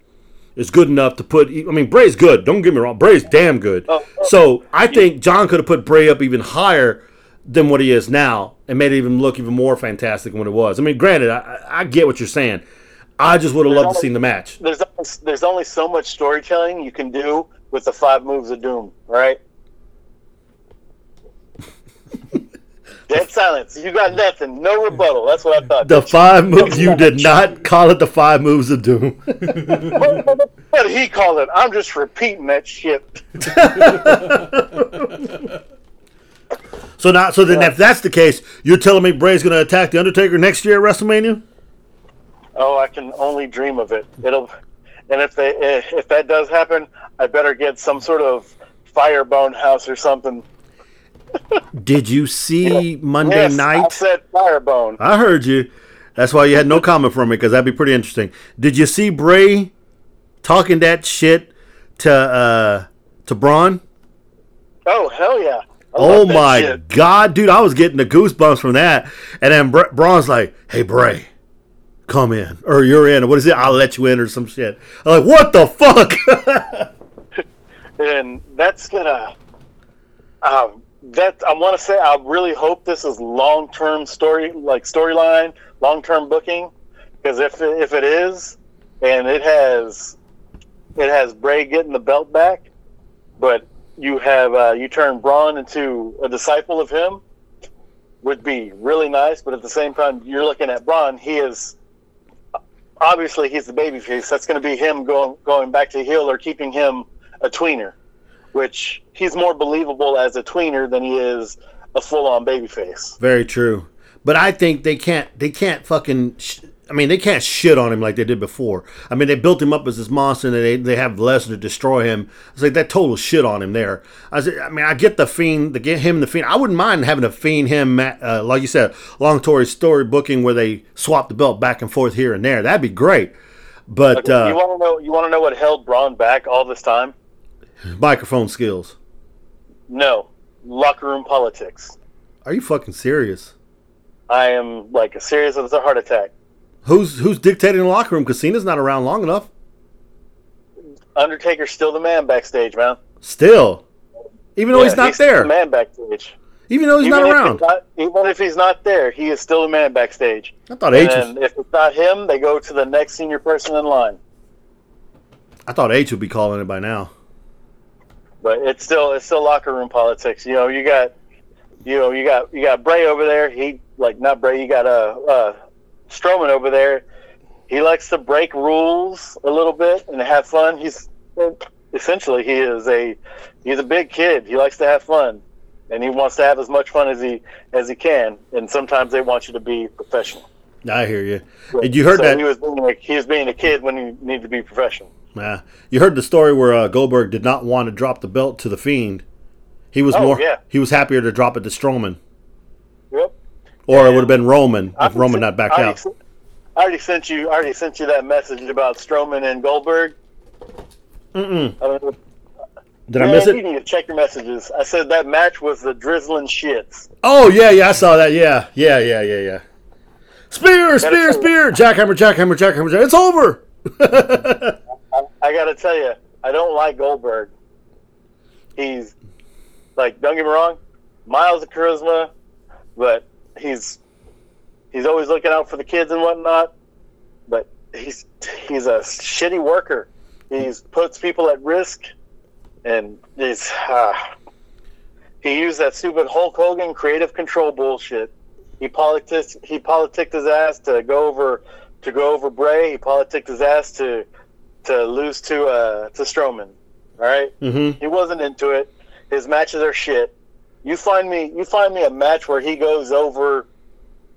Speaker 1: is good enough to put. I mean, Bray's good. Don't get me wrong. Bray's damn good. so I think John could have put Bray up even higher than what he is now and made it even look even more fantastic than what it was. I mean, granted, I, I I get what you're saying. I just would have loved to seen the match.
Speaker 3: There's there's only so much storytelling you can do with the five moves of doom, right? Dead silence. You got nothing. No rebuttal. That's what I thought.
Speaker 1: The five moves. You did not call it the five moves of doom.
Speaker 3: What did he call it? I'm just repeating that shit.
Speaker 1: so now, so then, if that's the case, you're telling me Bray's going to attack the Undertaker next year at WrestleMania?
Speaker 3: Oh, I can only dream of it. It'll, and if they eh, if that does happen, I better get some sort of firebone house or something.
Speaker 1: Did you see Monday
Speaker 3: yes, I
Speaker 1: night? Uh,
Speaker 3: said firebone.
Speaker 1: I heard you. That's why you had no comment from me because that'd be pretty interesting. Did you see Bray talking that shit to uh to Braun?
Speaker 3: Oh hell yeah! I
Speaker 1: Oh
Speaker 3: love that
Speaker 1: my
Speaker 3: shit.
Speaker 1: god, dude! I was getting the goosebumps from that. And then Br- Braun's like, "Hey Bray, come in, or you're in, or what is it? I'll let you in, or some shit." I'm like, "What the fuck?"
Speaker 3: and that's gonna. Um, that I want to say, I really hope this is long term story, like storyline, long term booking, because if it- if it is, and it has, it has Bray getting the belt back, but you have uh, you turn Braun into a disciple of him, would be really nice. But at the same time, you're looking at Braun; he is obviously he's the babyface. That's going to be him going going back to heel or keeping him a tweener, which he's more believable as a tweener than he is a full on babyface.
Speaker 1: Very true. But I think they can't. They can't fucking. Sh- I mean, they can't shit on him like they did before. I mean, they built him up as this monster, and they they have Lesnar destroy him. It's like that total shit on him there. I was, I mean, I get the fiend, the get him the fiend. I wouldn't mind having a fiend him, ma- uh, like you said, long story story booking where they swap the belt back and forth here and there. That'd be great. But
Speaker 3: you
Speaker 1: uh,
Speaker 3: want to know? You want to know what held Braun back all this time?
Speaker 1: microphone skills.
Speaker 3: No, locker room politics.
Speaker 1: Are you fucking serious?
Speaker 3: I am like as serious as a heart attack.
Speaker 1: Who's who's dictating the locker room? Casina's not around long enough.
Speaker 3: Undertaker's still the man backstage, man.
Speaker 1: Still, even though he's
Speaker 3: Yeah,
Speaker 1: not
Speaker 3: still
Speaker 1: there.
Speaker 3: the man backstage.
Speaker 1: Even though he's
Speaker 3: Even
Speaker 1: not
Speaker 3: if
Speaker 1: around.
Speaker 3: not- even if he's not there, he is still the man backstage.
Speaker 1: I thought H
Speaker 3: and
Speaker 1: was,
Speaker 3: if it's not him, they go to the next senior person in line.
Speaker 1: I thought H would be calling it by now.
Speaker 3: But it's still it's still locker room politics. You know, you got you know you got you got Bray over there. He like not Bray. You got uh, uh Strowman over there. He likes to break rules a little bit and have fun. He's essentially he is a he's a big kid. He likes to have fun. And he wants to have as much fun as he as he can, and sometimes they want you to be professional.
Speaker 1: I hear you. And you heard
Speaker 3: so
Speaker 1: that?
Speaker 3: he was being a, he was being a kid when he needed to be professional.
Speaker 1: Nah. you heard the story where uh, Goldberg did not want to drop the belt to the Fiend. He was
Speaker 3: Oh,
Speaker 1: more.
Speaker 3: yeah.
Speaker 1: He was happier to drop it to Strowman,
Speaker 3: Yep.
Speaker 1: or it would have been Roman if
Speaker 3: I've
Speaker 1: Roman not
Speaker 3: sent-
Speaker 1: backed
Speaker 3: I already
Speaker 1: out.
Speaker 3: sent- I already sent you. I already sent you that message about Strowman and Goldberg. Mm-mm. I don't know.
Speaker 1: Did I
Speaker 3: Man,
Speaker 1: miss
Speaker 3: You
Speaker 1: it?
Speaker 3: need to check your messages. I said that match was the drizzling shits.
Speaker 1: Oh yeah, yeah, I saw that. Yeah, yeah, yeah, yeah, yeah. Spear, spear,
Speaker 3: cool.
Speaker 1: spear! Jackhammer, jackhammer, jackhammer! Jack- it's over.
Speaker 3: I gotta tell you, I don't like Goldberg. He's like, don't get me wrong, miles of charisma, but he's he's always looking out for the kids and whatnot. But he's he's a shitty worker. He's puts people at risk, and he's uh, he used that stupid Hulk Hogan creative control bullshit. He politics he politicked his ass to go over to go over Bray. He politicked his ass to to lose to uh to Strowman. All right?
Speaker 1: Mm-hmm.
Speaker 3: he wasn't into it. His matches are shit. You find me, you find me a match where he goes over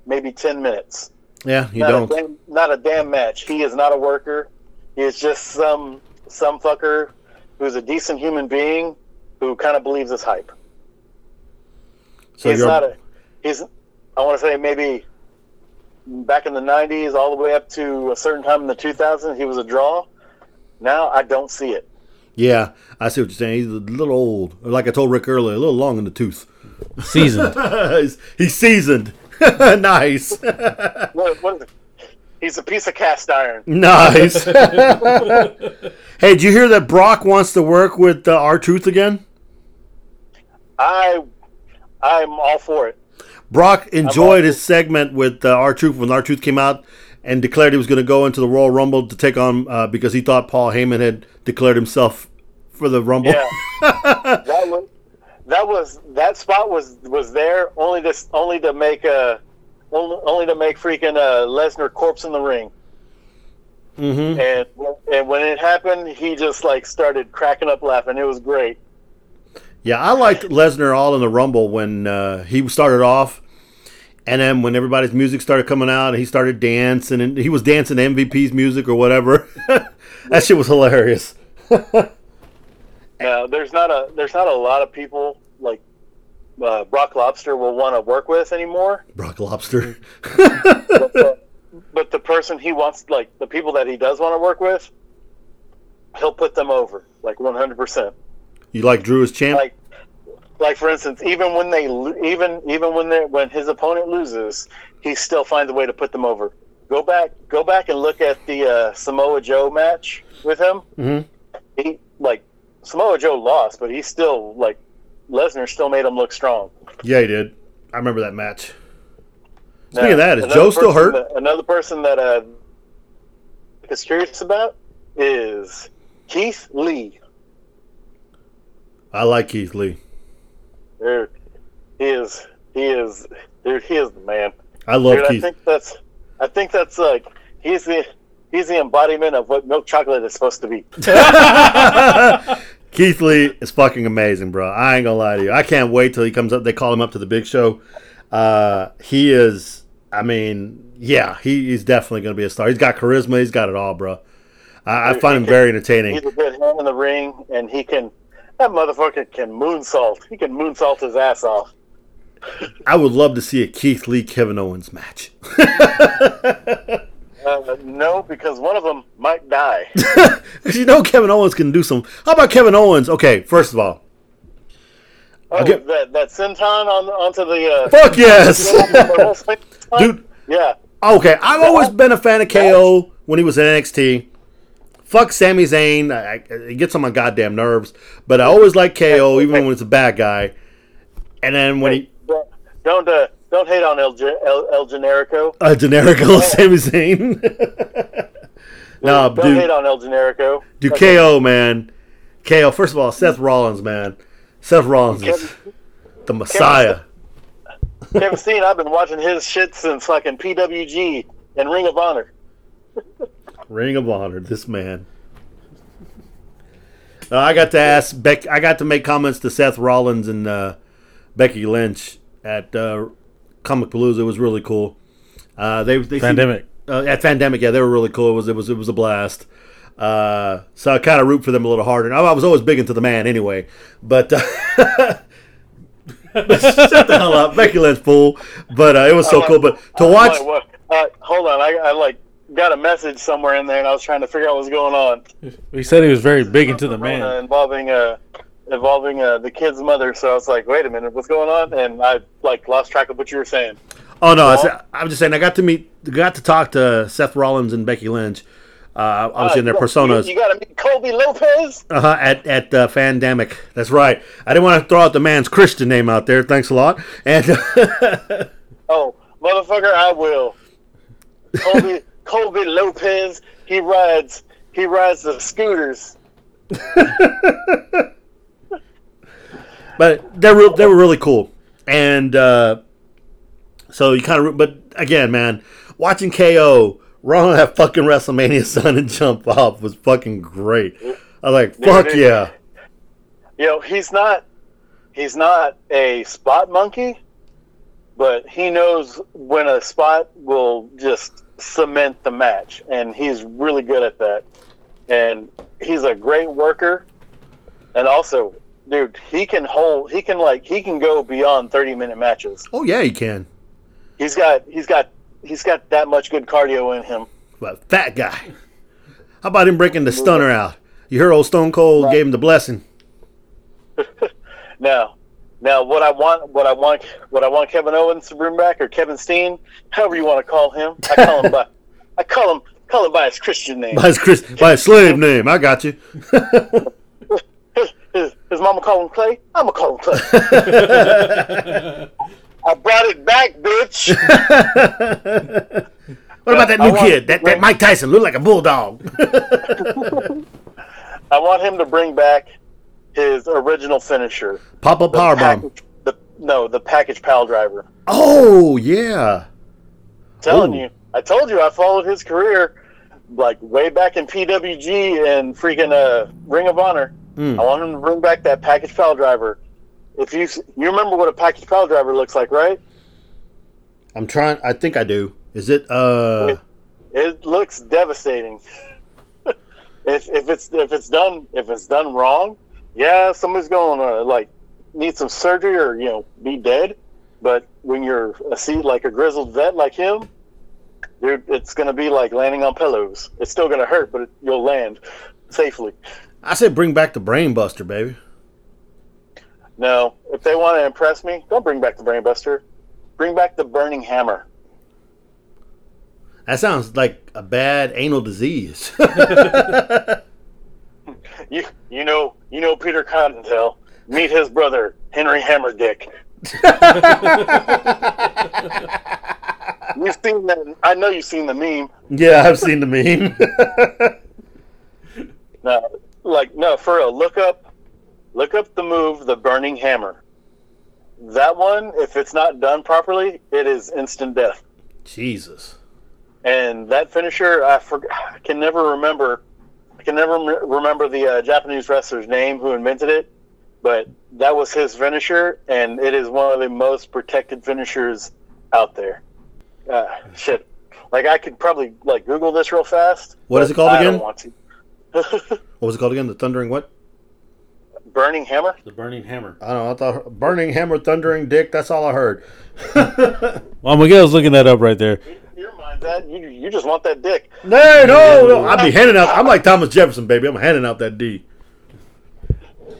Speaker 3: maybe ten minutes.
Speaker 1: Yeah, you
Speaker 3: not
Speaker 1: don't.
Speaker 3: A damn, not a damn match. He is not a worker. He is just some some fucker who's a decent human being who kind of believes his hype.
Speaker 1: So
Speaker 3: he's
Speaker 1: you're-
Speaker 3: not a. He's. I want to say maybe back in the '90s, all the way up to a certain time in the 2000s, he was a draw. Now I don't see it.
Speaker 1: yeah, I see what you're saying. He's a little old, like I told Rick earlier, a little long in the tooth.
Speaker 2: Seasoned.
Speaker 1: he's, he's seasoned. nice.
Speaker 3: What, what is it? He's a piece of cast iron.
Speaker 1: nice. hey, did you hear that Brock wants to work with our Truth again?
Speaker 3: I, I'm all for it.
Speaker 1: Brock enjoyed his segment with our Truth when our Truth came out and declared he was going to go into the Royal Rumble to take on uh, because he thought Paul Heyman had declared himself for the Rumble.
Speaker 3: Yeah, that was, that was that spot was was there only to only to make uh only, only to make freaking uh, Lesnar corpse in the ring.
Speaker 1: Mhm.
Speaker 3: And and when it happened, he just like started cracking up laughing. It was great.
Speaker 1: Yeah, I liked Lesnar all in the Rumble when uh, he started off, and then when everybody's music started coming out, and he started dancing, and he was dancing to MVP's music or whatever. that shit was hilarious.
Speaker 3: Now there's not a there's not a lot of people like uh, Brock Lobster will want to work with anymore.
Speaker 1: Brock Lobster.
Speaker 3: but the person he wants, like the people that he does want to work with, he'll put them over like 100. percent
Speaker 1: You like Drew as champ?
Speaker 3: Like, like for instance, even when they lo- even even when they when his opponent loses, he still finds a way to put them over. Go back, go back and look at the uh, Samoa Joe match with him.
Speaker 2: Mhm.
Speaker 3: He like Samoa Joe lost, but he still like Lesnar still made him look strong.
Speaker 1: yeah, he did. I remember that match. Speaking
Speaker 3: Now,
Speaker 1: of that, is
Speaker 3: another
Speaker 1: Joe still
Speaker 3: person
Speaker 1: hurt?
Speaker 3: that- another person that uh, is curious about is Keith Lee.
Speaker 1: I like Keith Lee.
Speaker 3: Dude, he is he is dude, he is the man.
Speaker 1: I love
Speaker 3: Dude, I
Speaker 1: Keith.
Speaker 3: think that's I think that's like he's the he's the embodiment of what milk chocolate is supposed to be.
Speaker 1: Keith Lee is fucking amazing, bro. I ain't gonna lie to you. I can't wait till he comes up. They call him up to the big show. Uh, he is. I mean, yeah, he, he's definitely gonna be a star. He's got charisma. He's got it all, bro. I, I find him very entertaining.
Speaker 3: He's a good hand in the ring and he can that motherfucker can moonsault. He can moonsault his ass off.
Speaker 1: I would love to see a Keith Lee Kevin Owens match.
Speaker 3: Uh, no, because one of them might die.
Speaker 1: Because you know Kevin Owens can do some. How about Kevin Owens? Okay, first of all,
Speaker 3: Oh,
Speaker 1: Okay.
Speaker 3: that that senton on onto the uh,
Speaker 1: fuck yes, dude.
Speaker 3: dude. Yeah,
Speaker 1: Okay, I've always been a fan of KO when he was in NXT. Fuck Sami Zayn. I, I, it gets on my goddamn nerves. But I always like KO, even when it's a bad guy. And then when he.
Speaker 3: Don't- don't uh, don't hate on El, Ge- El, El Generico.
Speaker 1: A generical Sami Zayn. nah,
Speaker 3: don't hate
Speaker 1: dude.
Speaker 3: on El Generico.
Speaker 1: Dude, KO, man. KO, first of all, Seth Rollins, man. Seth Rollins
Speaker 3: Kevin,
Speaker 1: is the Messiah.
Speaker 3: Kevin Steen, I've been watching his shit since fucking PWG and Ring of Honor.
Speaker 1: Ring of Honor, this man. Uh, I got to ask Beck. I got to make comments to Seth Rollins and uh, Becky Lynch at uh, Comic Palooza. It was really cool. Uh, they they
Speaker 2: Pandemic.
Speaker 1: uh, at Pandemic. Yeah, they were really cool. It was it was it was a blast. Uh, so I kind of root for them a little harder. And I, I was always big into the man anyway, but. Uh, Shut the hell up, Becky Lynch fool. But uh, it was so
Speaker 3: I'm
Speaker 1: cool.
Speaker 3: like-
Speaker 1: But to watch,
Speaker 3: I'm like, what? Uh, hold on, I, I like got a message somewhere in there, and I was trying to figure out what's going on.
Speaker 2: He said he was very big into the
Speaker 3: Uh,
Speaker 2: man.
Speaker 3: involving uh, involving uh, the kid's mother. So I was like, wait a minute, what's going on? And I like lost track of what you were saying.
Speaker 1: Oh no, I said, I'm just saying I got to meet, got to talk to Seth Rollins and Becky Lynch. Uh, obviously, in their
Speaker 3: Uh,
Speaker 1: personas
Speaker 3: You, you got to meet Kobe Lopez.
Speaker 1: uh-huh, at at uh, Fandemic. That's right. I didn't want to throw out the man's Christian name out there. Thanks a lot. And
Speaker 3: Oh, motherfucker, I will. Kobe Kobe Lopez. He rides. He rides the scooters.
Speaker 1: but they're real, they were really cool. And uh, so you kind of, but again, man, watching KO run on that fucking WrestleMania son and jump off was fucking great. I was like, fuck
Speaker 3: dude.
Speaker 1: yeah.
Speaker 3: You know, he's not. He's not a spot monkey, but he knows when a spot will just cement the match, and he's really good at that. And he's a great worker, and also, dude, he can hold. He can like he can go beyond thirty minute matches.
Speaker 1: Oh yeah, you can.
Speaker 3: He's got he's got he's got that much good cardio in him.
Speaker 1: But fat guy. How about him breaking the stunner out? You heard old Stone Cold gave him the blessing.
Speaker 3: Now, now what I want, what I want, what I want Kevin Owens to bring back, or Kevin Steen, however you want to call him. I call him by, I call him, call him by his Christian name.
Speaker 1: By his, Chris, by his slave name, I got you.
Speaker 3: His, his, his mama call him Clay. I'ma call him Clay. I brought it back, bitch.
Speaker 1: What about that
Speaker 3: I
Speaker 1: new
Speaker 3: want-
Speaker 1: kid? That, that Mike Tyson looked like a bulldog.
Speaker 3: I want him to bring back his original finisher.
Speaker 1: Pop up power bomb.
Speaker 3: Package, the no, the package pal driver.
Speaker 1: Oh yeah.
Speaker 3: telling
Speaker 1: Ooh.
Speaker 3: you, I told you I followed his career like way back in PWG and freaking uh, Ring of Honor. I want him to bring back that package pal driver. If you s- you remember what a package pal driver looks like, right?
Speaker 1: I'm trying. I think I do. Is it? Uh.
Speaker 3: It looks devastating. if, if it's if it's done if it's done wrong, yeah, somebody's going to like need some surgery or you know be dead. But when you're a see like a grizzled vet like him, dude, it's gonna be like landing on pillows. It's still gonna hurt, but it, you'll land safely.
Speaker 1: I said bring back the brain buster, baby.
Speaker 3: No, if they want to impress me, don't bring back the brainbuster. Bring back the burning hammer.
Speaker 1: That sounds like a bad anal disease.
Speaker 3: You you know you know Peter Cottontail. Meet his brother Henry Hammerdick. you've seen that? I know you've seen the meme.
Speaker 1: yeah, I've seen the meme.
Speaker 3: No, like no, for real. Look up, look up the move, the burning hammer. That one, if it's not done properly, it is instant death.
Speaker 1: Jesus.
Speaker 3: And that finisher, I forg I can never remember. I can never rem- remember the uh, Japanese wrestler's name who invented it, but that was his finisher, and it is one of the most protected finishers out there. Uh, shit, like I could probably like Google this real fast.
Speaker 1: What is
Speaker 3: but
Speaker 1: it called
Speaker 3: I
Speaker 1: again?
Speaker 3: Don't want to.
Speaker 1: What was it called again? The thundering what?
Speaker 3: Burning hammer.
Speaker 2: The burning hammer.
Speaker 1: I don't know. I thought burning hammer, thundering dick. That's all I heard.
Speaker 2: Well, Miguel's looking that up right there.
Speaker 3: Your mind that you, you just want that dick.
Speaker 1: No, no, no. I'd be handing out. I'm like Thomas Jefferson, baby. I'm handing out that D.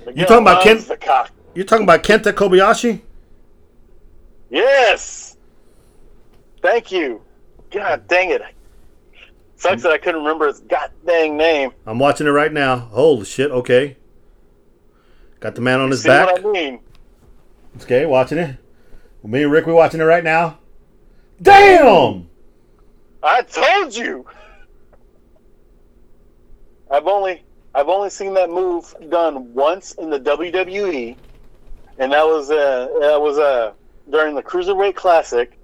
Speaker 3: Miguel
Speaker 1: talking about
Speaker 3: loves
Speaker 1: Ken-
Speaker 3: The cock.
Speaker 1: You're talking about Kenta Kobayashi?
Speaker 3: Yes. Thank you. God dang it. Sucks that I couldn't remember his god dang name.
Speaker 1: I'm watching it right now. Holy shit. Okay. Got the man on his
Speaker 3: See
Speaker 1: back.
Speaker 3: what I mean?
Speaker 1: Okay, watching it. Me and Rick, we're watching it right now. Damn.
Speaker 3: I told you. I've only I've only seen that move done once in the WWE, and that was uh that was uh during the Cruiserweight Classic,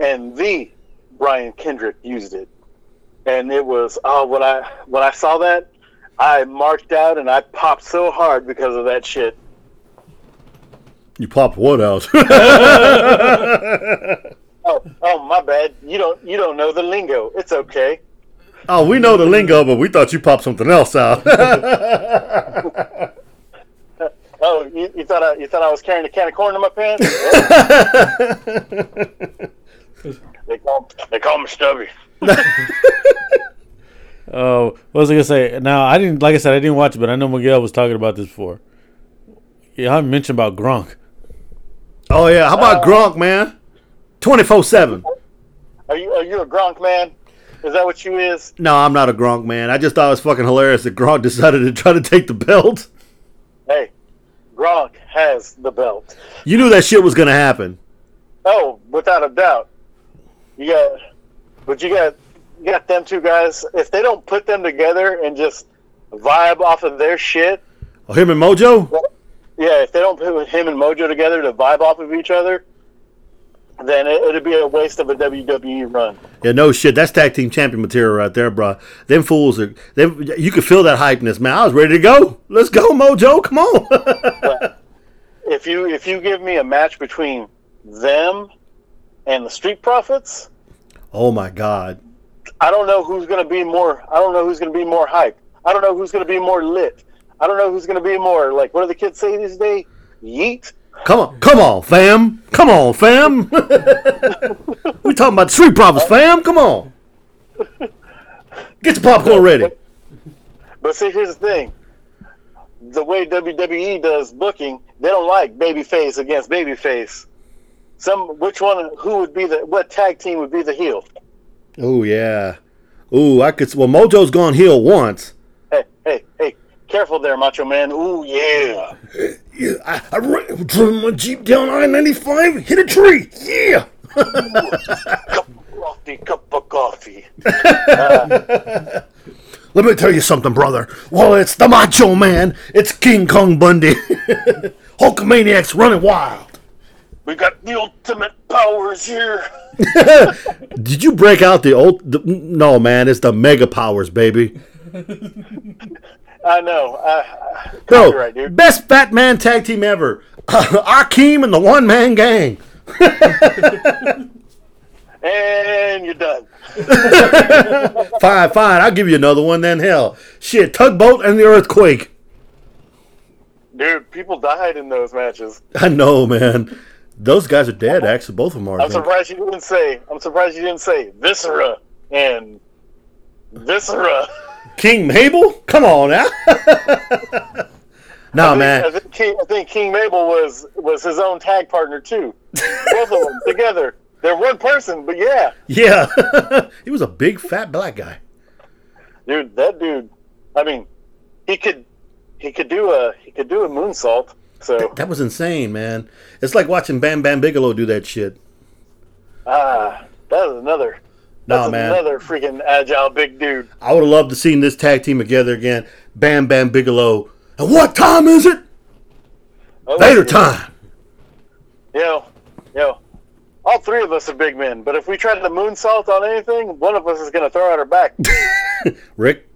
Speaker 3: and the Brian Kendrick used it, and it was oh when I when I saw that I marked out and I popped so hard because of that shit.
Speaker 1: You popped what out?
Speaker 3: Oh oh my bad. You don't you don't know the lingo. It's okay.
Speaker 1: oh, we know the lingo, but we thought you popped something else out.
Speaker 3: Oh, you, you thought I, you thought I was carrying a can of corn in my pants? they call they call me stubby.
Speaker 2: Oh, what was I gonna say? Now I didn't, like I said, I didn't watch it, but I know Miguel was talking about this before. Yeah, I mentioned about Gronk.
Speaker 1: oh yeah, how
Speaker 3: Uh,
Speaker 1: about Gronk, man? Twenty four seven.
Speaker 3: Are you are you a Gronk man? Is that what you is?
Speaker 1: No, I'm not a Gronk man. I just thought it was fucking hilarious that Gronk decided to try to take the belt.
Speaker 3: Hey, Gronk has the belt.
Speaker 1: You knew that shit was gonna happen.
Speaker 3: Oh, without a doubt. You got, but you got you got them two guys. If they don't put them together and just vibe off of their shit,
Speaker 1: Oh, him and Mojo?
Speaker 3: yeah, if they don't put him and Mojo together to vibe off of each other, then it, it'd be a waste of a WWE run.
Speaker 1: Yeah, no shit. That's tag team champion material right there, bro. Them fools are. They, you could feel that hypeness, man. I was ready to go. Let's go, Mojo. Come on.
Speaker 3: If you if you give me a match between them and the Street Profits,
Speaker 1: oh my god.
Speaker 3: I don't know who's going to be more. I don't know who's going to be more hype. I don't know who's going to be more lit. I don't know who's going to be more like what do the kids say these days? Yeet.
Speaker 1: Come on, come on, fam. Come on, fam. we talking about street problems, fam. Come on. Get your popcorn ready.
Speaker 3: But see, here's the thing: the way WWE does booking, they don't like babyface against babyface. Some which one? Who would be the what tag team would be the heel?
Speaker 1: Oh yeah. Ooh, I could. s- Well, Mojo's gone heel once.
Speaker 3: Hey, hey, hey! Careful there, Macho Man. Ooh yeah.
Speaker 1: Yeah, I, I ran, drove my jeep down I ninety five, hit a tree. Yeah.
Speaker 3: Frothy cup of coffee.
Speaker 1: Let me tell you something, brother. Well, it's the Macho Man. It's King Kong Bundy. Hulkamaniac's running wild.
Speaker 3: We got the ultimate powers here.
Speaker 1: Did you break out the old? The, no, man. It's the Mega Powers, baby.
Speaker 3: I know. I, I,
Speaker 1: No,
Speaker 3: copyright, dude.
Speaker 1: best Batman tag team ever. Akeem and the One Man Gang.
Speaker 3: And you're done.
Speaker 1: Fine, fine. I'll give you another one then. Hell, shit. Tugboat and the Earthquake.
Speaker 3: Dude, people died in those matches.
Speaker 1: I know, man. Those guys are dead. Actually, both of them are. I
Speaker 3: I'm
Speaker 1: think.
Speaker 3: surprised you didn't say. I'm surprised you didn't say viscera. and viscera.
Speaker 1: King Mabel? Come on now. nah,
Speaker 3: I
Speaker 1: man.
Speaker 3: think, King, I think King Mabel was was his own tag partner too. Both of them together. They're one person, but yeah,
Speaker 1: Yeah. he was a big fat black guy.
Speaker 3: dude, that dude. I mean, he could he could do a he could do a moonsault. So
Speaker 1: That was insane, man. It's like watching Bam Bam Bigelow do that shit.
Speaker 3: ah, that is another.
Speaker 1: Nah,
Speaker 3: That's
Speaker 1: man.
Speaker 3: another freaking agile big dude.
Speaker 1: I would have loved to seen this tag team together again. Bam Bam Bigelow. And what time is it?
Speaker 3: Oh,
Speaker 1: Later
Speaker 3: dude.
Speaker 1: time.
Speaker 3: Yo, yo. All three of us are big men, but if we try to moonsault on anything, one of us is going to throw out her back.
Speaker 1: Rick?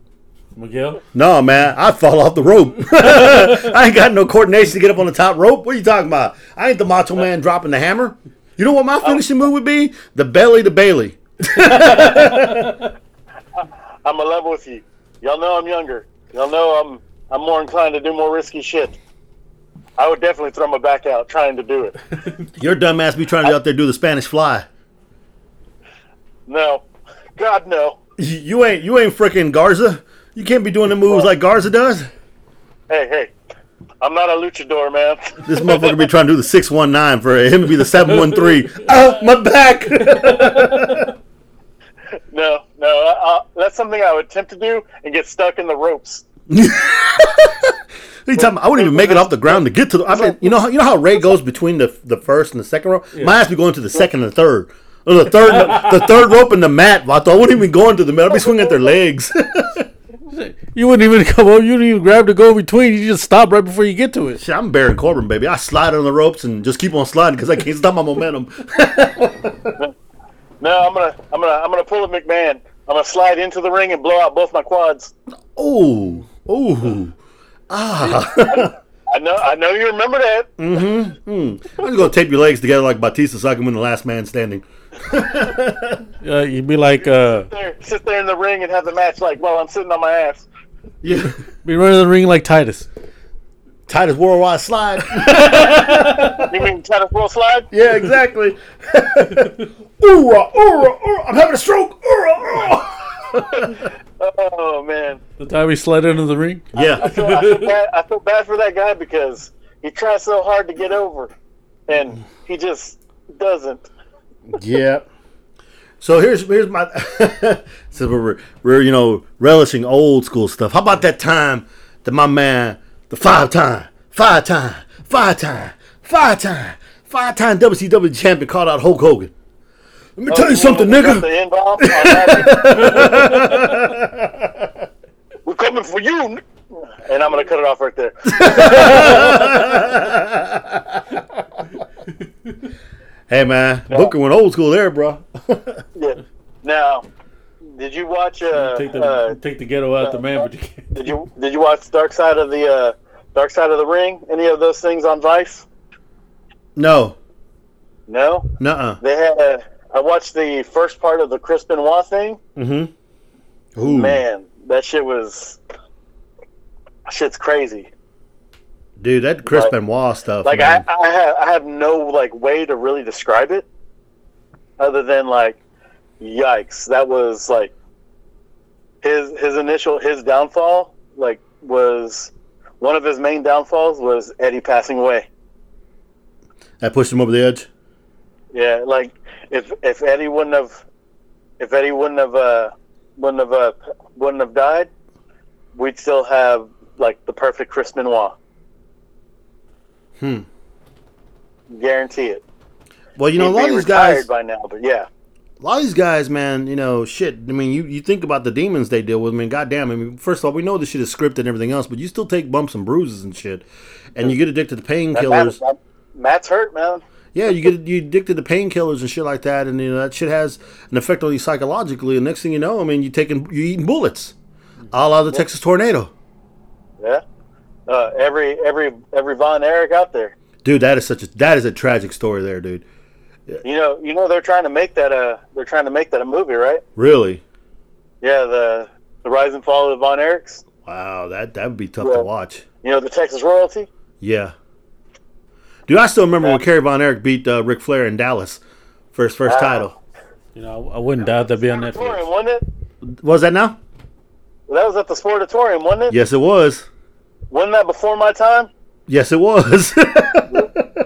Speaker 2: Miguel.
Speaker 1: No, man. I fall off the rope. I ain't got no coordination to get up on the top rope. What are you talking about? I ain't the macho man dropping the hammer. You know what my finishing move would be? The belly to Bailey.
Speaker 3: I'm in love with you. Y'all know I'm younger. Y'all know I'm I'm more inclined to do more risky shit. I would definitely throw my back out trying to do it.
Speaker 1: Your dumbass be trying to be out there do the Spanish fly.
Speaker 3: No, God no.
Speaker 1: You- You ain't you ain't freaking Garza. You can't be doing the moves like Garza does.
Speaker 3: Hey, hey, I'm not a luchador, man.
Speaker 1: This motherfucker be trying to do the six one nine for him to be the seven one three. Oh, my back.
Speaker 3: No, no. I, I, that's something I would attempt to do and get stuck in the ropes.
Speaker 1: What are you talking about? I wouldn't even make it off the ground to get to the. I mean, you know, how- you know how Ray goes between the the first and the second rope. My ass be going to the second and the third, or the third, the third rope and the mat. Vato. I wouldn't even go into the mat. I'd be swinging at their legs.
Speaker 2: You wouldn't even come up. You didn't even grab the go between. You just stop right before you get to it.
Speaker 1: Shit, I'm Baron Corbin, baby. I slide on the ropes and just keep on sliding because I can't stop my momentum.
Speaker 3: No, I'm gonna, I'm gonna, I'm gonna pull a McMahon. I'm gonna slide into the ring and blow out both my quads.
Speaker 1: Oh, oh.
Speaker 3: I know, I know you remember that.
Speaker 1: I'm just gonna tape your legs together like Batista so I can win the last man standing.
Speaker 2: Uh, you'd be like, uh,
Speaker 3: There, sit there in the ring and have the match like, well, I'm sitting on my ass.
Speaker 1: Yeah.
Speaker 2: be running the ring like Titus.
Speaker 1: Titus Worldwide slide.
Speaker 3: You mean try to full slide?
Speaker 1: Yeah, exactly. oora, oora, oora. I'm having a stroke. Oora, oora.
Speaker 3: Oh man.
Speaker 2: The time he slid into the ring.
Speaker 1: Yeah.
Speaker 3: feel- I feel, bad, I feel bad for that guy because he tries so hard to get over, and he just doesn't.
Speaker 1: Yeah. So here's here's my so we're, we're you know relishing old school stuff. How about that time that my man the five time, five time, five time, five time, five time WCW champion called out Hulk Hogan. Let me tell you something,
Speaker 3: We got
Speaker 1: nigga.
Speaker 3: the involved on that. We're coming for you, n- and I'm gonna cut it off right there.
Speaker 1: Hey man, Booker went old school there, bro.
Speaker 3: Yeah. Now, did you watch? Uh,
Speaker 2: Take the
Speaker 3: uh,
Speaker 2: take the ghetto out the man, but you can't.
Speaker 3: did you did you watch Dark Side of the uh, Dark Side of the Ring? Any of those things on Vice?
Speaker 1: No,
Speaker 3: No.
Speaker 1: nuh-uh.
Speaker 3: They had. Uh, I watched the first part of the Chris Benoit thing.
Speaker 1: Mm-hmm. Ooh,
Speaker 3: Man, that shit was shit's crazy.
Speaker 1: dude, that Chris
Speaker 3: Like-
Speaker 1: Benoit stuff.
Speaker 3: Like I,
Speaker 1: man.
Speaker 3: I have I have no like way to really describe it other than like yikes. That was like his his initial his downfall like was one of his main downfalls was Eddie passing away.
Speaker 1: that pushed him over the edge.
Speaker 3: Yeah, like if if Eddie wouldn't have if Eddie wouldn't have uh wouldn't have uh, wouldn't have died, we'd still have like the perfect Chris Benoit.
Speaker 1: Hmm.
Speaker 3: Guarantee it.
Speaker 1: Well, you know, a
Speaker 3: He'd
Speaker 1: lot
Speaker 3: be
Speaker 1: of these
Speaker 3: retired
Speaker 1: guys,
Speaker 3: by now, but yeah,
Speaker 1: a lot of these guys, man, you know, shit. I mean, you, you think about the demons they deal with. I mean, goddamn. I mean, first of all, we know this shit is scripted and everything else, but you still take bumps and bruises and shit, and you get addicted to
Speaker 3: That
Speaker 1: painkillers.
Speaker 3: Matt's, that- Matt's hurt, man.
Speaker 1: Yeah, you get you addicted to painkillers and shit like that, and you know that shit has an effect on you psychologically. And next thing you know, I mean, you taking you eating bullets, a la the Texas tornado.
Speaker 3: Yeah, uh, every every every Von Eric out there.
Speaker 1: Dude, that is such a that is a tragic story there, dude.
Speaker 3: You know, you know they're trying to make that a they're trying to make that a movie, right?
Speaker 1: Really. Yeah.
Speaker 3: Yeah, the the rise and fall of the Von Erichs.
Speaker 1: Wow, that that would be tough
Speaker 3: Yeah.
Speaker 1: to watch.
Speaker 3: You know, the Texas royalty.
Speaker 1: Yeah. Dude, I still remember when Kerry Von Erich beat uh, Ric Flair in Dallas for his first title.
Speaker 2: You know, I, I wouldn't doubt that'd be on
Speaker 3: Sportatorium,
Speaker 2: Netflix.
Speaker 3: wasn't it?
Speaker 1: Was that now?
Speaker 3: That was at the Sportatorium, wasn't it?
Speaker 1: Yes, it was.
Speaker 3: Wasn't that before my time?
Speaker 1: Yes, it was.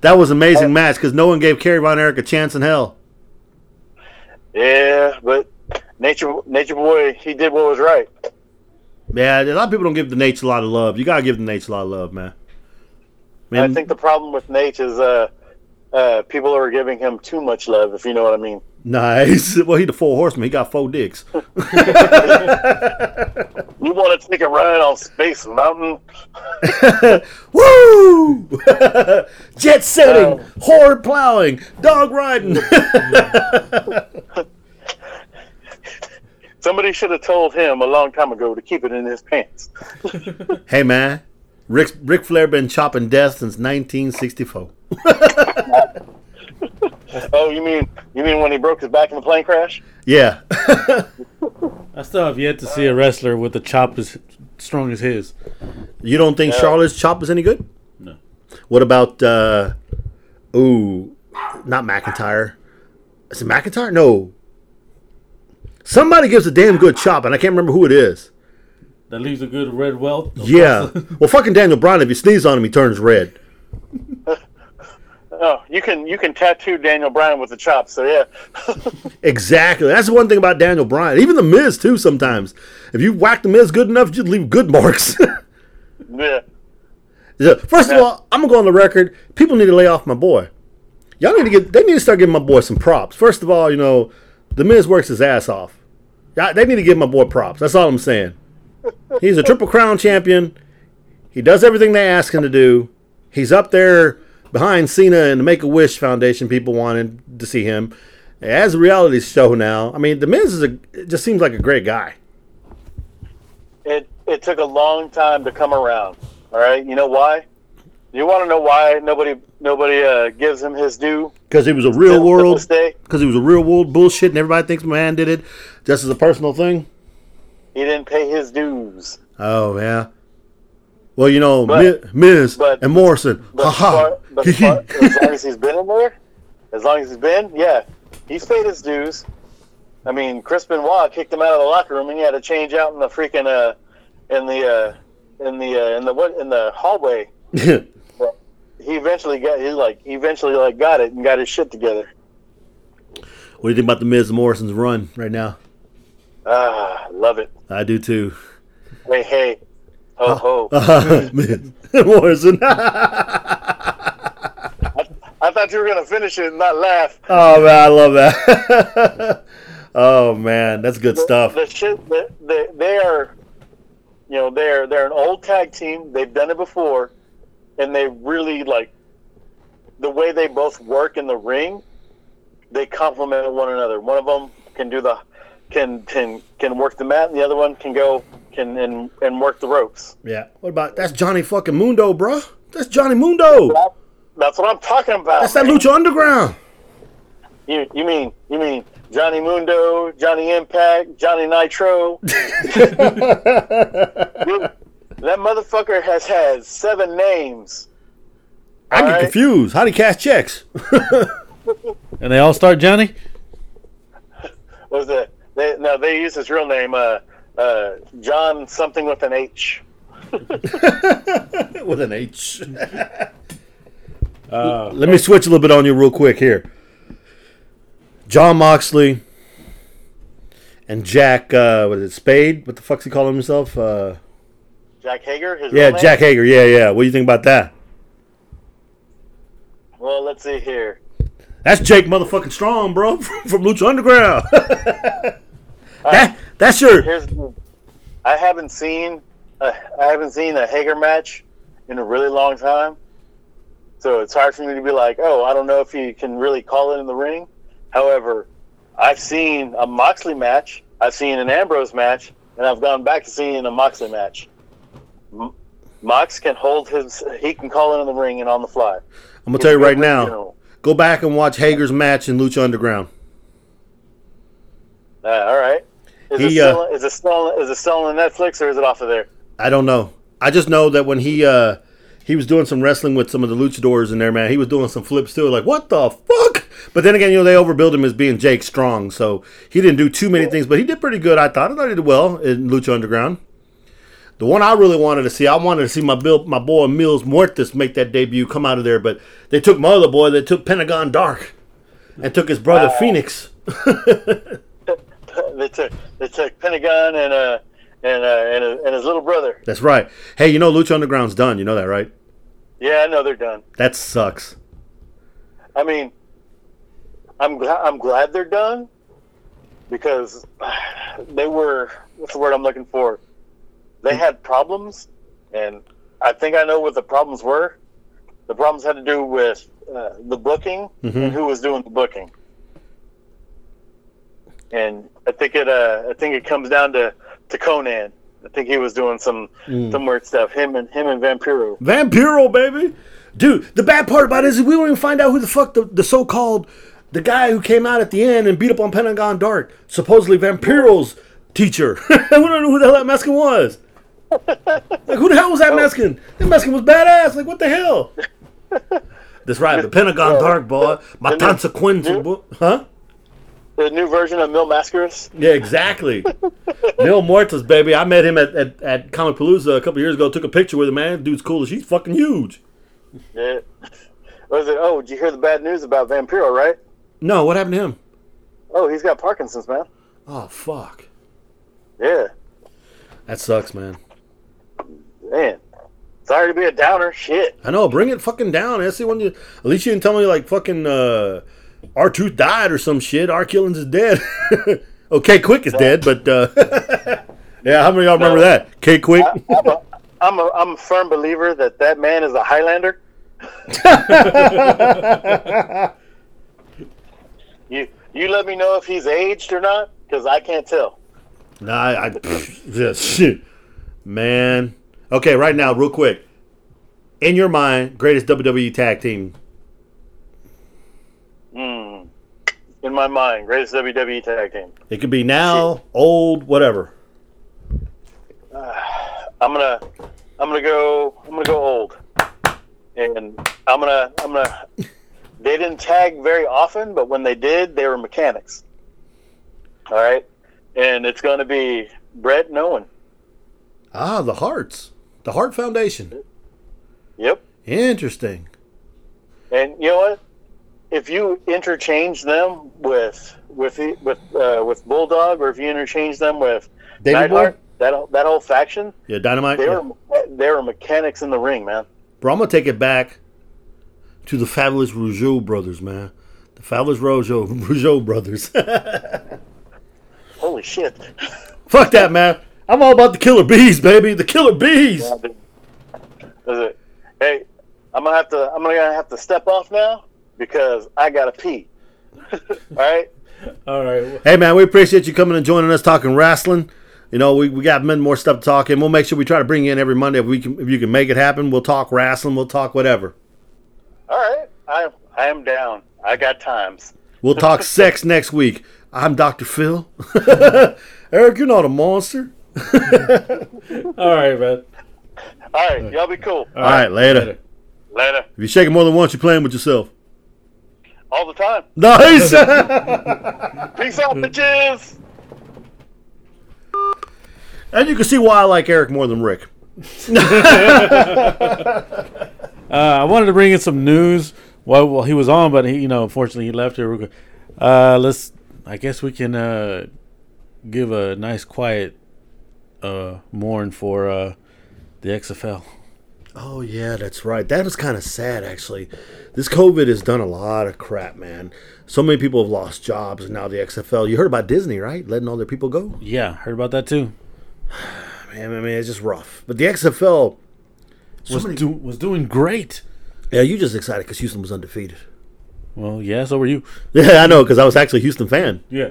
Speaker 1: that was an amazing match because no one gave Kerry Von Erich a chance in hell.
Speaker 3: Yeah, but Nature Nature Boy, he did what was right.
Speaker 1: Yeah, a lot of people don't give the Nates a lot of love. You gotta give the Nates a lot of love, man.
Speaker 3: I think the problem with Nate is uh, uh, people are giving him too much love, if you know what I mean.
Speaker 1: nice. Well, he the four horseman. He got four dicks.
Speaker 3: You want to take a ride on Space Mountain?
Speaker 1: Woo! Jet setting,
Speaker 3: Oh.
Speaker 1: horde plowing, dog riding.
Speaker 3: Somebody should have told him a long time ago to keep it in his pants.
Speaker 1: hey, man. Rick Ric Flair been chopping death since 1964.
Speaker 3: Oh, you mean you mean when he broke his back in the plane crash?
Speaker 1: Yeah.
Speaker 2: I still have yet to see a wrestler with a chop as strong as his.
Speaker 1: you don't think Charlotte's chop is any good?
Speaker 2: No.
Speaker 1: What about uh ooh, not McIntyre. Is it McIntyre? No. Somebody gives a damn good chop and I can't remember who it is.
Speaker 2: That leaves a good red welt.
Speaker 1: Yeah. well, fucking Daniel Bryan if you sneeze on him he turns red.
Speaker 3: Oh, you can you can tattoo Daniel Bryan with the chop. So yeah,
Speaker 1: Exactly. That's the one thing about Daniel Bryan. Even the Miz too. Sometimes, if you whack the Miz good enough, you leave good marks.
Speaker 3: yeah.
Speaker 1: Yeah. First of all, I'm gonna go on the record. People need to lay off my boy. Y'all need to get. They need to start giving my boy some props. First of all, you know, the Miz works his ass off. Y'all- They need to give my boy props. That's all I'm saying. He's a triple crown champion. He does everything they ask him to do. He's up there behind Cena and the Make a Wish Foundation. People wanted to see him as a reality show now. I mean, the Miz is a it just seems like a great guy.
Speaker 3: It it took a long time to come around. All right, you know why? You want to know why nobody nobody uh, gives him his due?
Speaker 1: Because he was a real
Speaker 3: Till
Speaker 1: world.
Speaker 3: this day?
Speaker 1: Because he was a real world bullshit, and everybody thinks my man did it just as a personal thing.
Speaker 3: He didn't pay his dues.
Speaker 1: Oh yeah. Well, you know,
Speaker 3: But-
Speaker 1: Mi- Miz
Speaker 3: but-
Speaker 1: and Morrison.
Speaker 3: But,
Speaker 1: Ha ha.
Speaker 3: far- but far- as long as he's been in there, as long as he's been, yeah, he's paid his dues. I mean, Chris Benoit kicked him out of the locker room, and he had to change out in the freaking uh, in the uh, in the uh, in the what in the hallway. He eventually got he like he eventually like got it and got his shit together.
Speaker 1: what do you think about the Miz and Morrison's run right now?
Speaker 3: Ah, love it.
Speaker 1: I do too.
Speaker 3: Hey, hey, ho ho.
Speaker 1: ah. Miz and Morrison.
Speaker 3: I thought you were gonna finish it and not laugh.
Speaker 1: oh man, I love that. oh man, that's good stuff.
Speaker 3: The shit, the, the, they are, you know, they're they're an old tag team. They've done it before, and they really like the way they both work in the ring. They complement one another. One of them can do the can can can work the mat, and the other one can go can and and work the ropes.
Speaker 1: Yeah. What about that's Johnny fucking Mundo, bruh? That's Johnny Mundo.
Speaker 3: That's what I'm talking about.
Speaker 1: That's that
Speaker 3: man.
Speaker 1: Lucha Underground.
Speaker 3: You, you mean you mean Johnny Mundo, Johnny Impact, Johnny Nitro? Dude, that motherfucker has had seven names.
Speaker 1: I get
Speaker 3: Alright.
Speaker 1: confused. How do you cash checks?
Speaker 2: And they all start Johnny?
Speaker 3: What was it? They, no, they use his real name, uh, uh, John something with an H.
Speaker 1: with an H. Let me switch a little bit on you real quick here. John Moxley and Jack, uh, what is it, Spade? What the fuck's he calling himself? Uh,
Speaker 3: Jack Hager. His
Speaker 1: yeah,
Speaker 3: real name?
Speaker 1: Jack Hager. Yeah, yeah. What do you think about that?
Speaker 3: Well, let's see here.
Speaker 1: That's Jake motherfucking Strong, bro, from, from Lucha Underground. that that's your
Speaker 3: Here's I haven't seen uh, I haven't seen a Hager match in a really long time, so it's hard for me to be like, oh, I don't know if he can really call it in the ring. However, I've seen a Moxley match, I've seen an Ambrose match, and I've gone back to seeing a Moxley match. M- Mox can hold his he can call it in the ring and on the fly.
Speaker 1: I'm gonna tell you
Speaker 3: He's a
Speaker 1: right
Speaker 3: good
Speaker 1: now.
Speaker 3: general.
Speaker 1: Go back and watch Hager's match in Lucha Underground.
Speaker 3: Uh, all right. Is, it
Speaker 1: He, uh,
Speaker 3: still, is it still is it still on Netflix or is it off of there?
Speaker 1: I don't know. I just know that when he uh, He was doing some wrestling with some of the luchadors in there, man. He was doing some flips too. Like, what the fuck? But then again, you know, they overbilled him as being Jake Strong, so he didn't do too many things, but he did pretty good, I thought. I thought he did well in Lucha Underground. The one I really wanted to see, I wanted to see my Bill, my boy Mills Mortis make that debut, come out of there, but they took my other boy, they took Pentagon Dark, and took his brother Phoenix.
Speaker 3: they took they took Pentagon and uh and uh and, uh, and his little brother.
Speaker 1: That's right. Hey, you know Lucha Underground's done. You know that, right?
Speaker 3: Yeah, I know they're done.
Speaker 1: That sucks.
Speaker 3: I mean, I'm glad I'm glad they're done because they were what's the word I'm looking for? They had problems, and I think I know what the problems were. The problems had to do with uh, the booking and who was doing the booking. And I think it uh, I think it comes down to, to Conan. I think he was doing some some weird stuff. Him and him and Vampiro.
Speaker 1: Vampiro, baby. Dude, the bad part about it is we won't even find out who the fuck the, the so called the guy who came out at the end and beat up on Pentagon Dark, supposedly Vampiro's teacher. we don't know who the hell that Mexican was. like who the hell was that Mexican? That Mexican was badass. Like what the hell? That's right, the Pentagon Dark boy. My
Speaker 3: And then-
Speaker 1: consequences, boy. huh?
Speaker 3: The new version of Mil Mascaris.
Speaker 1: Yeah, exactly. Neil Mortis, baby. I met him at, at, at Comic Palooza a couple years ago. Took a picture with him, man. Dude's cool as she's fucking huge.
Speaker 3: Yeah. Was it? Oh, did you hear the bad news about Vampiro? Right?
Speaker 1: No, what happened to him?
Speaker 3: Oh, he's got Parkinson's, man.
Speaker 1: Oh, fuck.
Speaker 3: Yeah,
Speaker 1: That sucks, man.
Speaker 3: man. Sorry to be a downer. Shit.
Speaker 1: I know. Bring it fucking down. That's the one you. At least you didn't tell me like fucking uh, R Truth died or some shit. R Killings is dead. okay, Quick is dead, but uh, yeah. How many of y'all remember
Speaker 3: No.
Speaker 1: that? K Quick.
Speaker 3: I'm a, I'm a, I'm a firm believer that that man is a Highlander. you you let me know if he's aged or not, because I can't tell.
Speaker 1: nah, I, I pfft, yeah, shit, man. Okay, right now, real quick. In your mind, greatest WWE tag team.
Speaker 3: In my mind, greatest WWE E tag team.
Speaker 1: It could be now, old, whatever.
Speaker 3: I'm gonna I'm gonna go I'm gonna go old. And I'm gonna I'm gonna they didn't tag very often, but when they did, they were mechanics. All right. And it's gonna be Brett and Owen.
Speaker 1: Ah, the Hearts, the Heart Foundation.
Speaker 3: Yep.
Speaker 1: Interesting.
Speaker 3: And you know what? If you interchange them with with the- with uh, with Bulldog, or if you interchange them with
Speaker 1: Davey
Speaker 3: Nightheart,
Speaker 1: Boy?
Speaker 3: that whole- that whole faction,
Speaker 1: Yeah, Dynamite.
Speaker 3: they
Speaker 1: yeah.
Speaker 3: were they were mechanics in the ring, man.
Speaker 1: Bro, I'm gonna take it back to the fabulous Rougeau brothers, man. The fabulous Rougeau, Rougeau brothers.
Speaker 3: Holy shit!
Speaker 1: Fuck that, man. I'm all about the killer bees, baby. The killer bees.
Speaker 3: Is it? Hey, I'm gonna have to. I'm gonna have to step off now because I gotta pee. All right.
Speaker 2: All right.
Speaker 1: Hey, man, we appreciate you coming and joining us talking wrestling. You know, we, we got men more stuff to talk, and we'll make sure we try to bring you in every Monday if we can if you can make it happen. We'll talk wrestling, we'll talk whatever.
Speaker 3: All right. I I am down. I got times.
Speaker 1: We'll talk sex next week. I'm Dr. Phil. Eric, you're not a monster.
Speaker 2: All right, man.
Speaker 3: All right. Y'all be cool.
Speaker 1: all right, later.
Speaker 2: later.
Speaker 3: Later.
Speaker 1: If you shake it more than once, you're playing with yourself.
Speaker 3: All the time.
Speaker 1: Nice.
Speaker 2: Uh,
Speaker 3: Peace
Speaker 1: Mm-hmm.
Speaker 3: out, bitches.
Speaker 1: And you can see why I like Eric more than Rick.
Speaker 2: Uh, I wanted to bring in some news while, while he was on, but he, you know, unfortunately, he left here. real quick. Uh, let's. I guess we can uh, give a nice, quiet uh, mourn for uh, the XFL.
Speaker 1: Oh yeah, that's right. That is kind of sad, actually. This COVID has done a lot of crap, man. So many people have lost jobs, and now the XFL. You heard about Disney, right? Letting all their people go.
Speaker 2: Yeah, heard about that too.
Speaker 1: Man, I mean, it's just rough. But the XFL, so
Speaker 2: Was
Speaker 1: many-
Speaker 2: do, was doing great.
Speaker 1: yeah, you just excited because Houston was undefeated.
Speaker 2: Well, yeah, so were you.
Speaker 1: Yeah, I know, because I was actually a Houston fan.
Speaker 2: Yeah.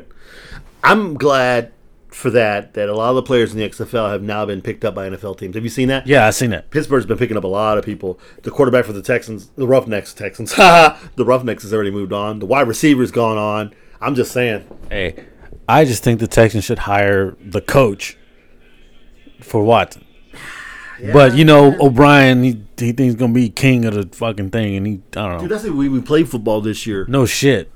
Speaker 1: I'm glad for that. That a lot of the players in the XFL have now been picked up by NFL teams. Have you seen that?
Speaker 2: Yeah, I seen that.
Speaker 1: Pittsburgh's been picking up a lot of people. The quarterback for the Texans, the Roughnecks Texans, haha, the Roughnecks has already moved on. The wide receiver's gone on. I'm just saying.
Speaker 2: Hey, I just think the Texans should hire the coach for Watson. But you know, O'Brien, he, he thinks he's gonna be king of the fucking thing, and he I don't know.
Speaker 1: Dude, that's the way we played football this year.
Speaker 2: no shit.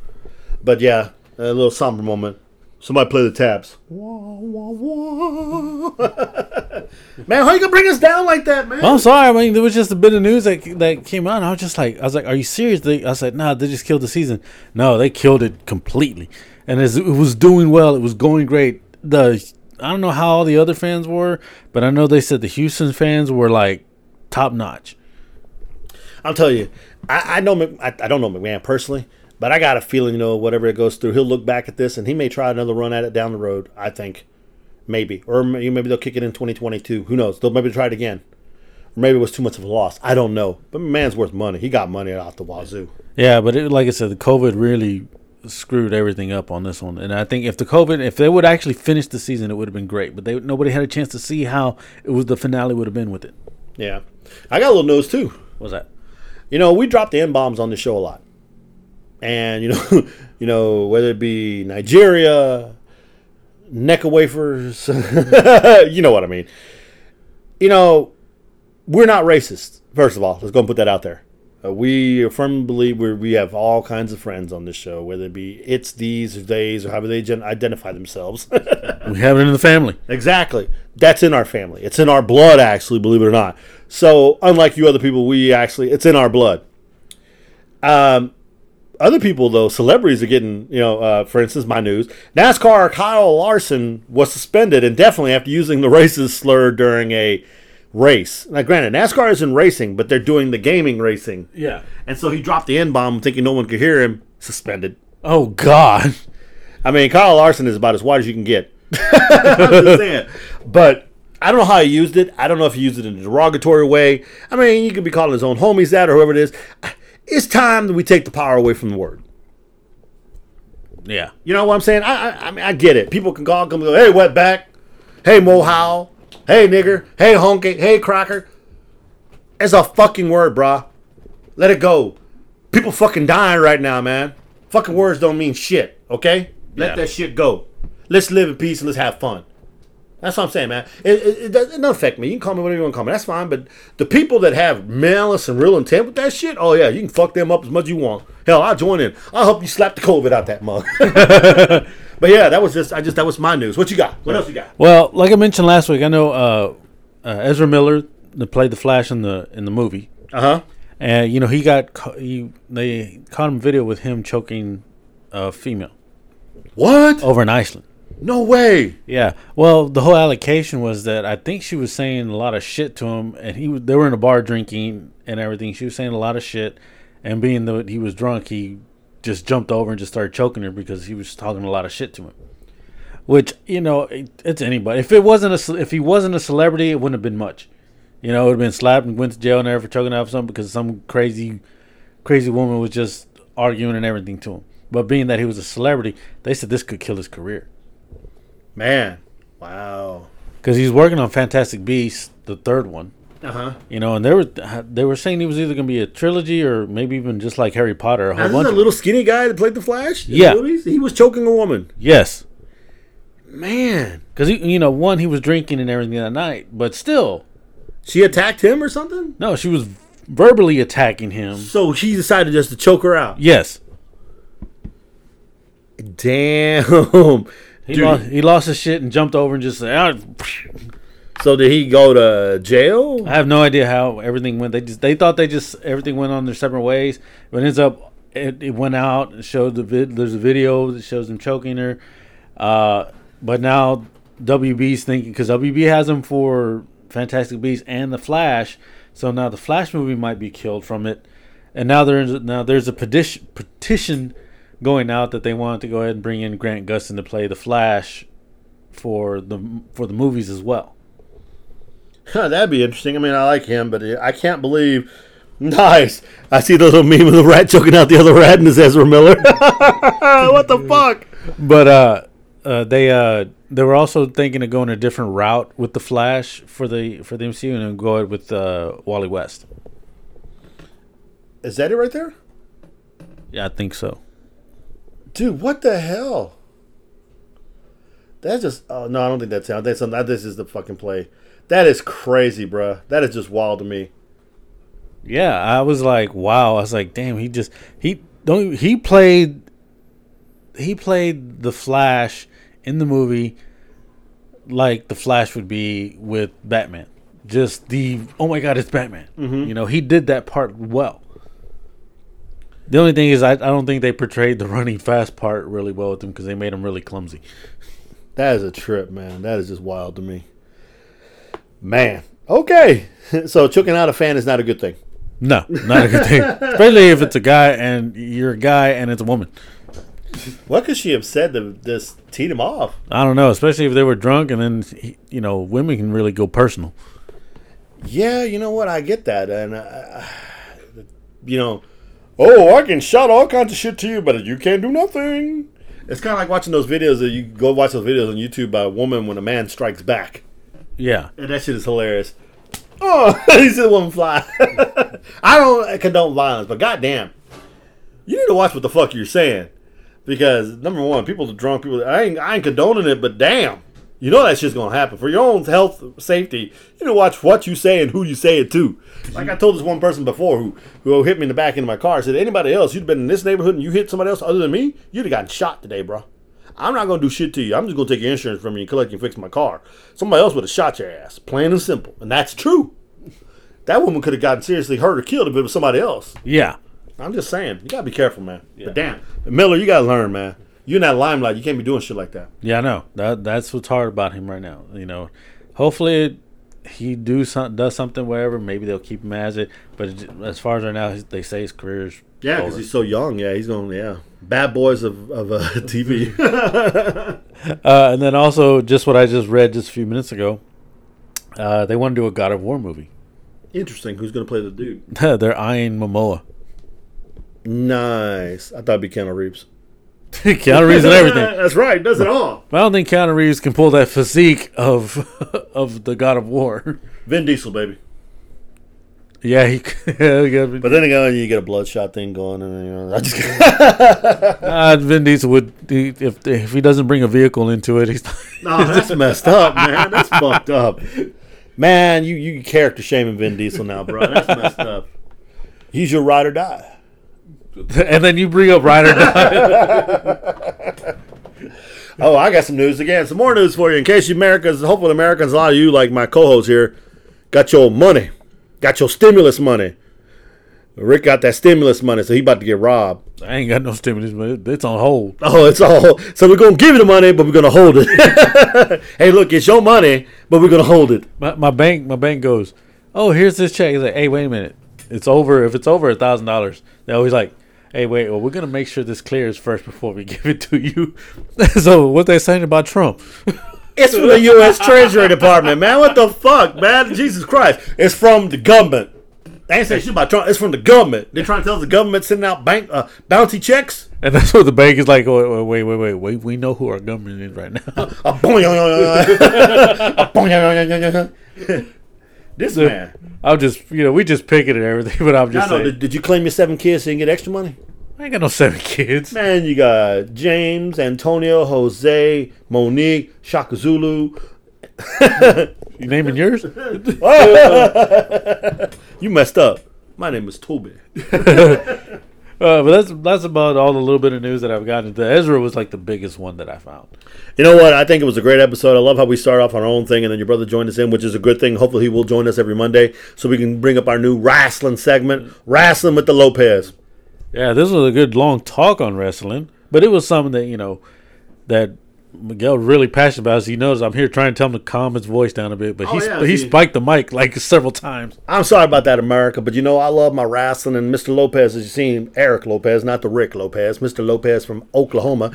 Speaker 1: But yeah, a little somber moment. Somebody play the tabs. man, how you gonna bring us down like that, man?
Speaker 2: I'm sorry. I mean, there was just a bit of news that that came out. And I was just like, I was like, "Are you serious?" They, I said, "Nah, they just killed the season." No, they killed it completely. And it's, it was doing well. It was going great. The I don't know how all the other fans were, but I know they said the Houston fans were like top notch.
Speaker 1: I'll tell you, I, I know Mc- I, I don't know McMahon personally, but I got a feeling, you know, whatever it goes through, he'll look back at this and he may try another run at it down the road. I think, maybe, or may- maybe they'll kick it in 2022. Who knows? They'll maybe try it again. Or Maybe it was too much of a loss. I don't know. But man's worth money. He got money out the wazoo.
Speaker 2: Yeah, but it, like I said, the COVID really screwed everything up on this one. And I think if the COVID, if they would actually finish the season, it would have been great. But they nobody had a chance to see how it was the finale would have been with it.
Speaker 1: Yeah, I got a little news too.
Speaker 2: What was that?
Speaker 1: you know, we drop the N bombs on the show a lot. And you know, you know, whether it be Nigeria, Neca wafers, you know what I mean. You know, we're not racist. First of all, let's go and put that out there. Uh, we firmly believe we we have all kinds of friends on this show, whether it be it's these or theys or however they gen- identify themselves.
Speaker 2: We have it in the family.
Speaker 1: Exactly. That's in our family. It's in our blood, actually, believe it or not. So, unlike you other people, we actually, it's in our blood. Um, other people, though, celebrities are getting, you know, uh, for instance, my news NASCAR Kyle Larson was suspended indefinitely after using the racist slur during a race. Now, granted, NASCAR isn't racing, but they're doing the gaming racing.
Speaker 2: Yeah.
Speaker 1: And so he dropped the N bomb thinking no one could hear him, suspended.
Speaker 2: Oh God.
Speaker 1: I mean, Kyle Larson is about as wide as you can get. I'm just saying. But I don't know how he used it. I don't know if he used it in a derogatory way. I mean, you could be calling his own homies that or whoever it is. It's time that we take the power away from the word.
Speaker 2: Yeah.
Speaker 1: You know what I'm saying? I I, I mean, I get it. People can call, come and go, hey, wetback. Hey, mohawk. Hey, nigger. Hey, honky. Hey, crocker. It's a fucking word, brah. Let it go. People fucking dying right now, man. Fucking words don't mean shit, okay? Let
Speaker 2: Yeah.
Speaker 1: that shit go. Let's live in peace and let's have fun. That's what I'm saying, man. It, it, it doesn't it don't affect me. You can call me whatever you want to call me. That's fine. But the people that have malice and real intent with that shit, oh, yeah, you can fuck them up as much as you want. Hell, I'll join in. I'll help you slap the COVID out that mug. but yeah, that was just, I just, that was my news. What you got? What else you got?
Speaker 2: Well, like I mentioned last week, I know uh, uh, Ezra Miller that played the Flash in the in the movie,
Speaker 1: Uh huh.
Speaker 2: and you know he got ca- he, they caught him video with him choking a female
Speaker 1: What?
Speaker 2: over in Iceland.
Speaker 1: No way.
Speaker 2: Yeah. Well, the whole allocation was that I think she was saying a lot of shit to him, and he was- they were in a bar drinking and everything. She was saying a lot of shit, and being that he was drunk, he just jumped over and just started choking her because he was talking a lot of shit to him. Which you know, it, it's anybody. If it wasn't a ce- if he wasn't a celebrity, it wouldn't have been much. You know, it would have been slapped and went to jail and everything for choking out something because some crazy, crazy woman was just arguing and everything to him. But being that he was a celebrity, they said this could kill his career
Speaker 1: Man. Wow.
Speaker 2: because he's working on Fantastic Beasts, the third one.
Speaker 1: Uh huh.
Speaker 2: You know, and they were they were saying he was either going to be a trilogy or maybe even just like Harry Potter. A whole
Speaker 1: This is
Speaker 2: bunch
Speaker 1: that
Speaker 2: of-
Speaker 1: little skinny guy that played the Flash? in the
Speaker 2: Yeah.
Speaker 1: movies? He was choking a woman.
Speaker 2: yes,
Speaker 1: Man.
Speaker 2: because you know, one he was drinking and everything that night, but still,
Speaker 1: She attacked him or something?
Speaker 2: no, she was verbally attacking him.
Speaker 1: So he decided just to choke her out.
Speaker 2: Yes,
Speaker 1: Damn.
Speaker 2: he
Speaker 1: Dude.
Speaker 2: lost, he lost his shit and jumped over and just said, "Ah,
Speaker 1: So did he go to jail?
Speaker 2: I have no idea how everything went. They just they thought they just everything went on their separate ways, but it ends up it, it went out. It showed the vid. There's a video that shows them choking her. Uh, but now WB's thinking because WB has them for Fantastic Beasts and the Flash, so now the Flash movie might be killed from it. And now there's now there's a petition petition going out that they want to go ahead and bring in Grant Gustin to play the Flash for the for the movies as well.
Speaker 1: Huh, that'd be interesting. I mean, I like him, but I can't believe. Nice. I see the little meme of the rat choking out the other rat, and it's Ezra Miller. what the fuck?
Speaker 2: But uh, uh, they uh, they were also thinking of going a different route with the Flash for the for the MCU and then go it with uh, Wally West.
Speaker 1: Is that it right there,
Speaker 2: Yeah, I think so.
Speaker 1: dude? What the hell? That's just. Oh no, I don't think that's it. I think some. This is the fucking play. That is crazy, bruh. That is just wild to me.
Speaker 2: Yeah, I was like, wow. I was like, damn, he just he don't e, he played he played the Flash in the movie like the Flash would be with Batman. Just the oh my god, it's Batman. You know, he did that part well. The only thing is, I, I don't think they portrayed the running fast part really well with him because they made him really clumsy.
Speaker 1: That is a trip, man. That is just wild to me. Man. Okay. So choking out a fan is not a good thing.
Speaker 2: No, not a good thing. Especially if it's a guy and you're a guy and it's a woman.
Speaker 1: What could she have said to just teed him off?
Speaker 2: I don't know, especially if they were drunk and then, he- you know, women can really go personal.
Speaker 1: Yeah, you know what? I get that, and uh, you know, oh, I can shout all kinds of shit to you, but you can't do nothing. It's kind of like watching those videos that you go watch those videos on YouTube by a woman when a man strikes back,
Speaker 2: Yeah.
Speaker 1: and that shit is hilarious. Oh, he said woman fly. I don't condone violence, but goddamn, you need to watch what the fuck you're saying, because number one, people are drunk. People, I ain't, I ain't condoning it, but damn. You know that shit's gonna happen for your own health, safety. You need to watch what you say and who you say it to. Like I told this one person before who who hit me in the back end of my car. I said anybody else, you'd been in this neighborhood and you hit somebody else other than me, you'd have gotten shot today, bro. I'm not gonna do shit to you. I'm just gonna take your insurance from you and collect and fix my car. Somebody else would have shot your ass, plain and simple, and that's true. That woman could have gotten seriously hurt or killed if it was somebody else.
Speaker 2: Yeah.
Speaker 1: I'm just saying, you gotta be careful, man. But damn, Miller, you gotta learn, man. You're in that limelight. You can't be doing shit like that.
Speaker 2: Yeah, I know. That that's what's hard about him right now. You know, hopefully he do some, does something wherever. Maybe they'll keep him as it. But it- as far as right now, his- they say his career's
Speaker 1: Yeah,
Speaker 2: over.
Speaker 1: because he's so young. Yeah, he's going. Yeah, bad boys of of uh, TV.
Speaker 2: Uh, and then also just what I just read just a few minutes ago, uh, they want to do a God of War movie.
Speaker 1: Interesting. Who's going to play the dude?
Speaker 2: They're eyeing Momoa,
Speaker 1: Nice. I thought it'd be Keanu Reeves.
Speaker 2: Keanu Reeves, and everything.
Speaker 1: That's right. Does it all.
Speaker 2: But I don't think Keanu Reeves can pull that physique of of the God of War.
Speaker 1: Vin Diesel, baby.
Speaker 2: yeah, he. yeah, he got-
Speaker 1: But then again, you get a bloodshot thing going, and you know, I just
Speaker 2: Uh, Vin Diesel would he, if if he doesn't bring a vehicle into it, he's.
Speaker 1: no, that's messed up, man. That's fucked up. Man, you you character shaming Vin Diesel now, bro. That's messed up. He's your ride or die.
Speaker 2: and then you bring up Ryder.
Speaker 1: Oh, I got some news again. Some more news for you. In case you Americans, hopefully Americans, a lot of you, like my co-host here, got your money, got your stimulus money. Rick got that stimulus money, so he about to get robbed.
Speaker 2: I ain't got no stimulus, but it- it's on hold.
Speaker 1: Oh, it's all. So we're gonna give you the money, but we're gonna hold it. hey, look, it's your money, but we're gonna hold it.
Speaker 2: My, my bank, my bank goes, oh, here's this check. He's like, hey, wait a minute, it's over. If it's over a thousand dollars, they always like, hey, wait, well, we're gonna make sure this clears first before we give it to you. so what they saying about Trump?
Speaker 1: It's from the U.S. Treasury Department, man. What the fuck, man? Jesus Christ! It's from the government. They ain't saying shit about Trump. It's from the government. They're trying to tell us the government sending out bank uh, bounty checks.
Speaker 2: And that's what the bank is like. Oh, wait, wait, wait, wait. We know who our government is right now.
Speaker 1: A boing, yoing, yoing. A boing, yoing, yoing, yoing. this man.
Speaker 2: I'm just, you know, we just picking at everything, but I'm
Speaker 1: I
Speaker 2: just
Speaker 1: know.
Speaker 2: saying,
Speaker 1: Did, did you claim your seven kids so you can get extra money?
Speaker 2: I ain't got no seven kids.
Speaker 1: Man, you got James, Antonio, Jose, Monique, Shaka Zulu.
Speaker 2: You naming yours?
Speaker 1: You messed up. My name is Toby.
Speaker 2: Uh, but that's that's about all the little bit of news that I've gotten. The Ezra was like the biggest one that I found.
Speaker 1: You know what? I think it was a great episode. I love how we start off on our own thing, and then your brother joined us in, which is a good thing. Hopefully, he will join us every Monday so we can bring up our new wrestling segment, wrestling with the Lopez.
Speaker 2: Yeah, this was a good long talk on wrestling, but it was something that you know that Miguel really passionate about. As he knows, I'm here trying to tell him to calm his voice down a bit, but
Speaker 1: Oh,
Speaker 2: he
Speaker 1: yeah,
Speaker 2: sp he
Speaker 1: see.
Speaker 2: spiked the mic like several times.
Speaker 1: I'm sorry about that, America, but you know I love my wrestling. And Mr. Lopez, as you seen, Eric Lopez, not the Rick Lopez, Mr. Lopez from Oklahoma,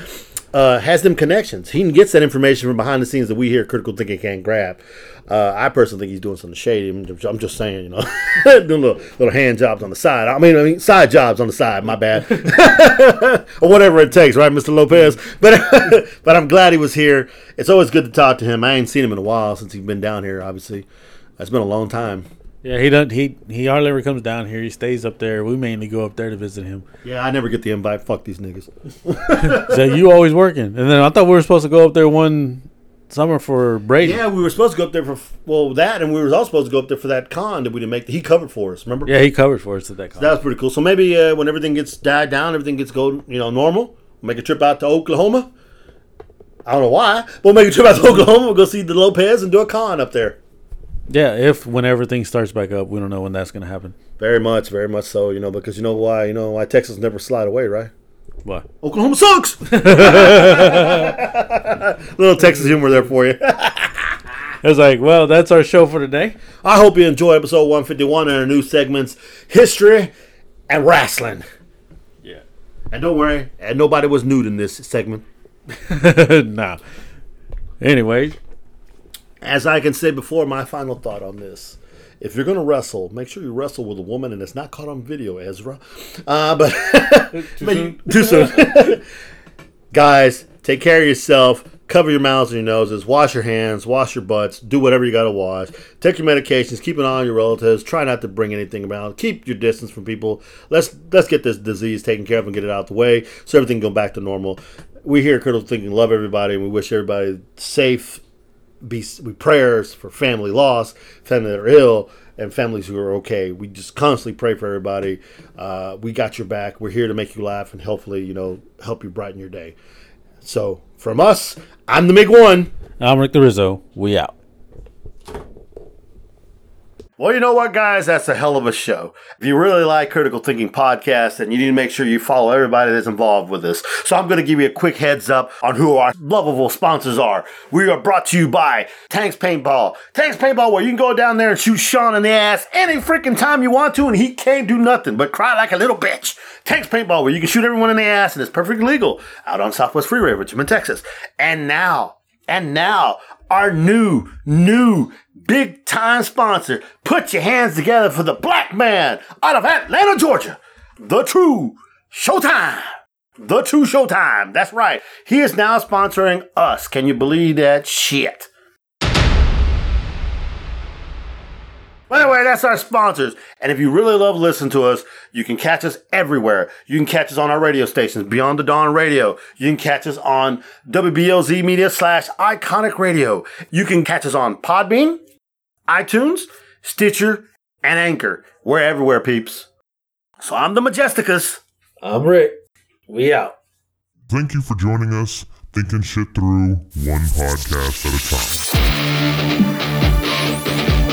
Speaker 1: uh, has them connections. He gets that information from behind the scenes that we here at Critical Thinking can't grab. Uh, I personally think he's doing something shady. I'm just, I'm just saying, you know, doing little little hand jobs on the side. I mean, I mean, side jobs on the side. My bad, or whatever it takes, right, Mr. Lopez? But but I'm glad he was here. It's always good to talk to him. I ain't seen him in a while since he's been down here. Obviously, it's been a long time.
Speaker 2: Yeah, he doesn't. He he hardly ever comes down here. He stays up there. We mainly go up there to visit him.
Speaker 1: Yeah, I never get the invite. Fuck these niggas.
Speaker 2: So you always working, and then I thought we were supposed to go up there one summer for Brady.
Speaker 1: Yeah, we were supposed to go up there for well that, and we were all supposed to go up there for that con that we didn't make. He covered for us, remember?
Speaker 2: Yeah, he covered for us at that
Speaker 1: that
Speaker 2: con.
Speaker 1: was pretty cool. So maybe uh, when everything gets died down, everything gets go you know normal. We'll make a trip out to Oklahoma. I don't know why. but We'll make a trip out to Oklahoma. We'll go see the Lopez and do a con up there.
Speaker 2: Yeah, if when everything starts back up, we don't know when that's gonna happen.
Speaker 1: Very much, very much so. You know because you know why you know why Texas never slide away, right?
Speaker 2: What?
Speaker 1: Oklahoma sucks. Little Texas humor there for you.
Speaker 2: I was like, well, that's our show for today.
Speaker 1: I hope you enjoy episode 151 and our new segments, history and wrestling.
Speaker 2: Yeah.
Speaker 1: And don't worry, and nobody was nude in this segment.
Speaker 2: nah. Anyway,
Speaker 1: As I can say before, my final thought on this. If you're going to wrestle, make sure you wrestle with a woman and it's not caught on video, Ezra. Uh, but too soon. Too soon. Guys, take care of yourself. Cover your mouths and your noses. Wash your hands. Wash your butts. Do whatever you got to wash. Take your medications. Keep an eye on your relatives. Try not to bring anything around. Keep your distance from people. Let's let's get this disease taken care of and get it out the way so everything can go back to normal. We here at Critical Thinking love everybody and we wish everybody safe, be we prayers for family loss, family that are ill, and families who are okay. We just constantly pray for everybody. Uh, we got your back. We're here to make you laugh and hopefully, you know, help you brighten your day. So from us, I'm the big one.
Speaker 2: I'm Rick the Rizzo. We out.
Speaker 1: Well, you know what, guys? That's a hell of a show. If you really like Critical Thinking Podcast, then you need to make sure you follow everybody that's involved with this. So I'm going to give you a quick heads up on who our lovable sponsors are. We are brought to you by Tanks Paintball. Tanks Paintball, where you can go down there and shoot Sean in the ass any freaking time you want to, and he can't do nothing but cry like a little bitch. Tanks Paintball, where you can shoot everyone in the ass, and it's perfectly legal out on Southwest Freeway, Richmond, Texas. And now, and now, our new, new big time sponsor. Put your hands together for the black man out of Atlanta, Georgia. The True Showtime. The True Showtime. That's right. He is now sponsoring us. Can you believe that shit? Well, anyway, that's our sponsors. And if you really love listening to us, you can catch us everywhere. You can catch us on our radio stations, Beyond the Dawn Radio. You can catch us on WBLZ Media slash Iconic Radio. You can catch us on Podbean, iTunes, Stitcher, and Anchor. We're everywhere, peeps. So I'm the Majesticus.
Speaker 2: I'm Rick. We out.
Speaker 4: Thank you for joining us, thinking shit through one podcast at a time.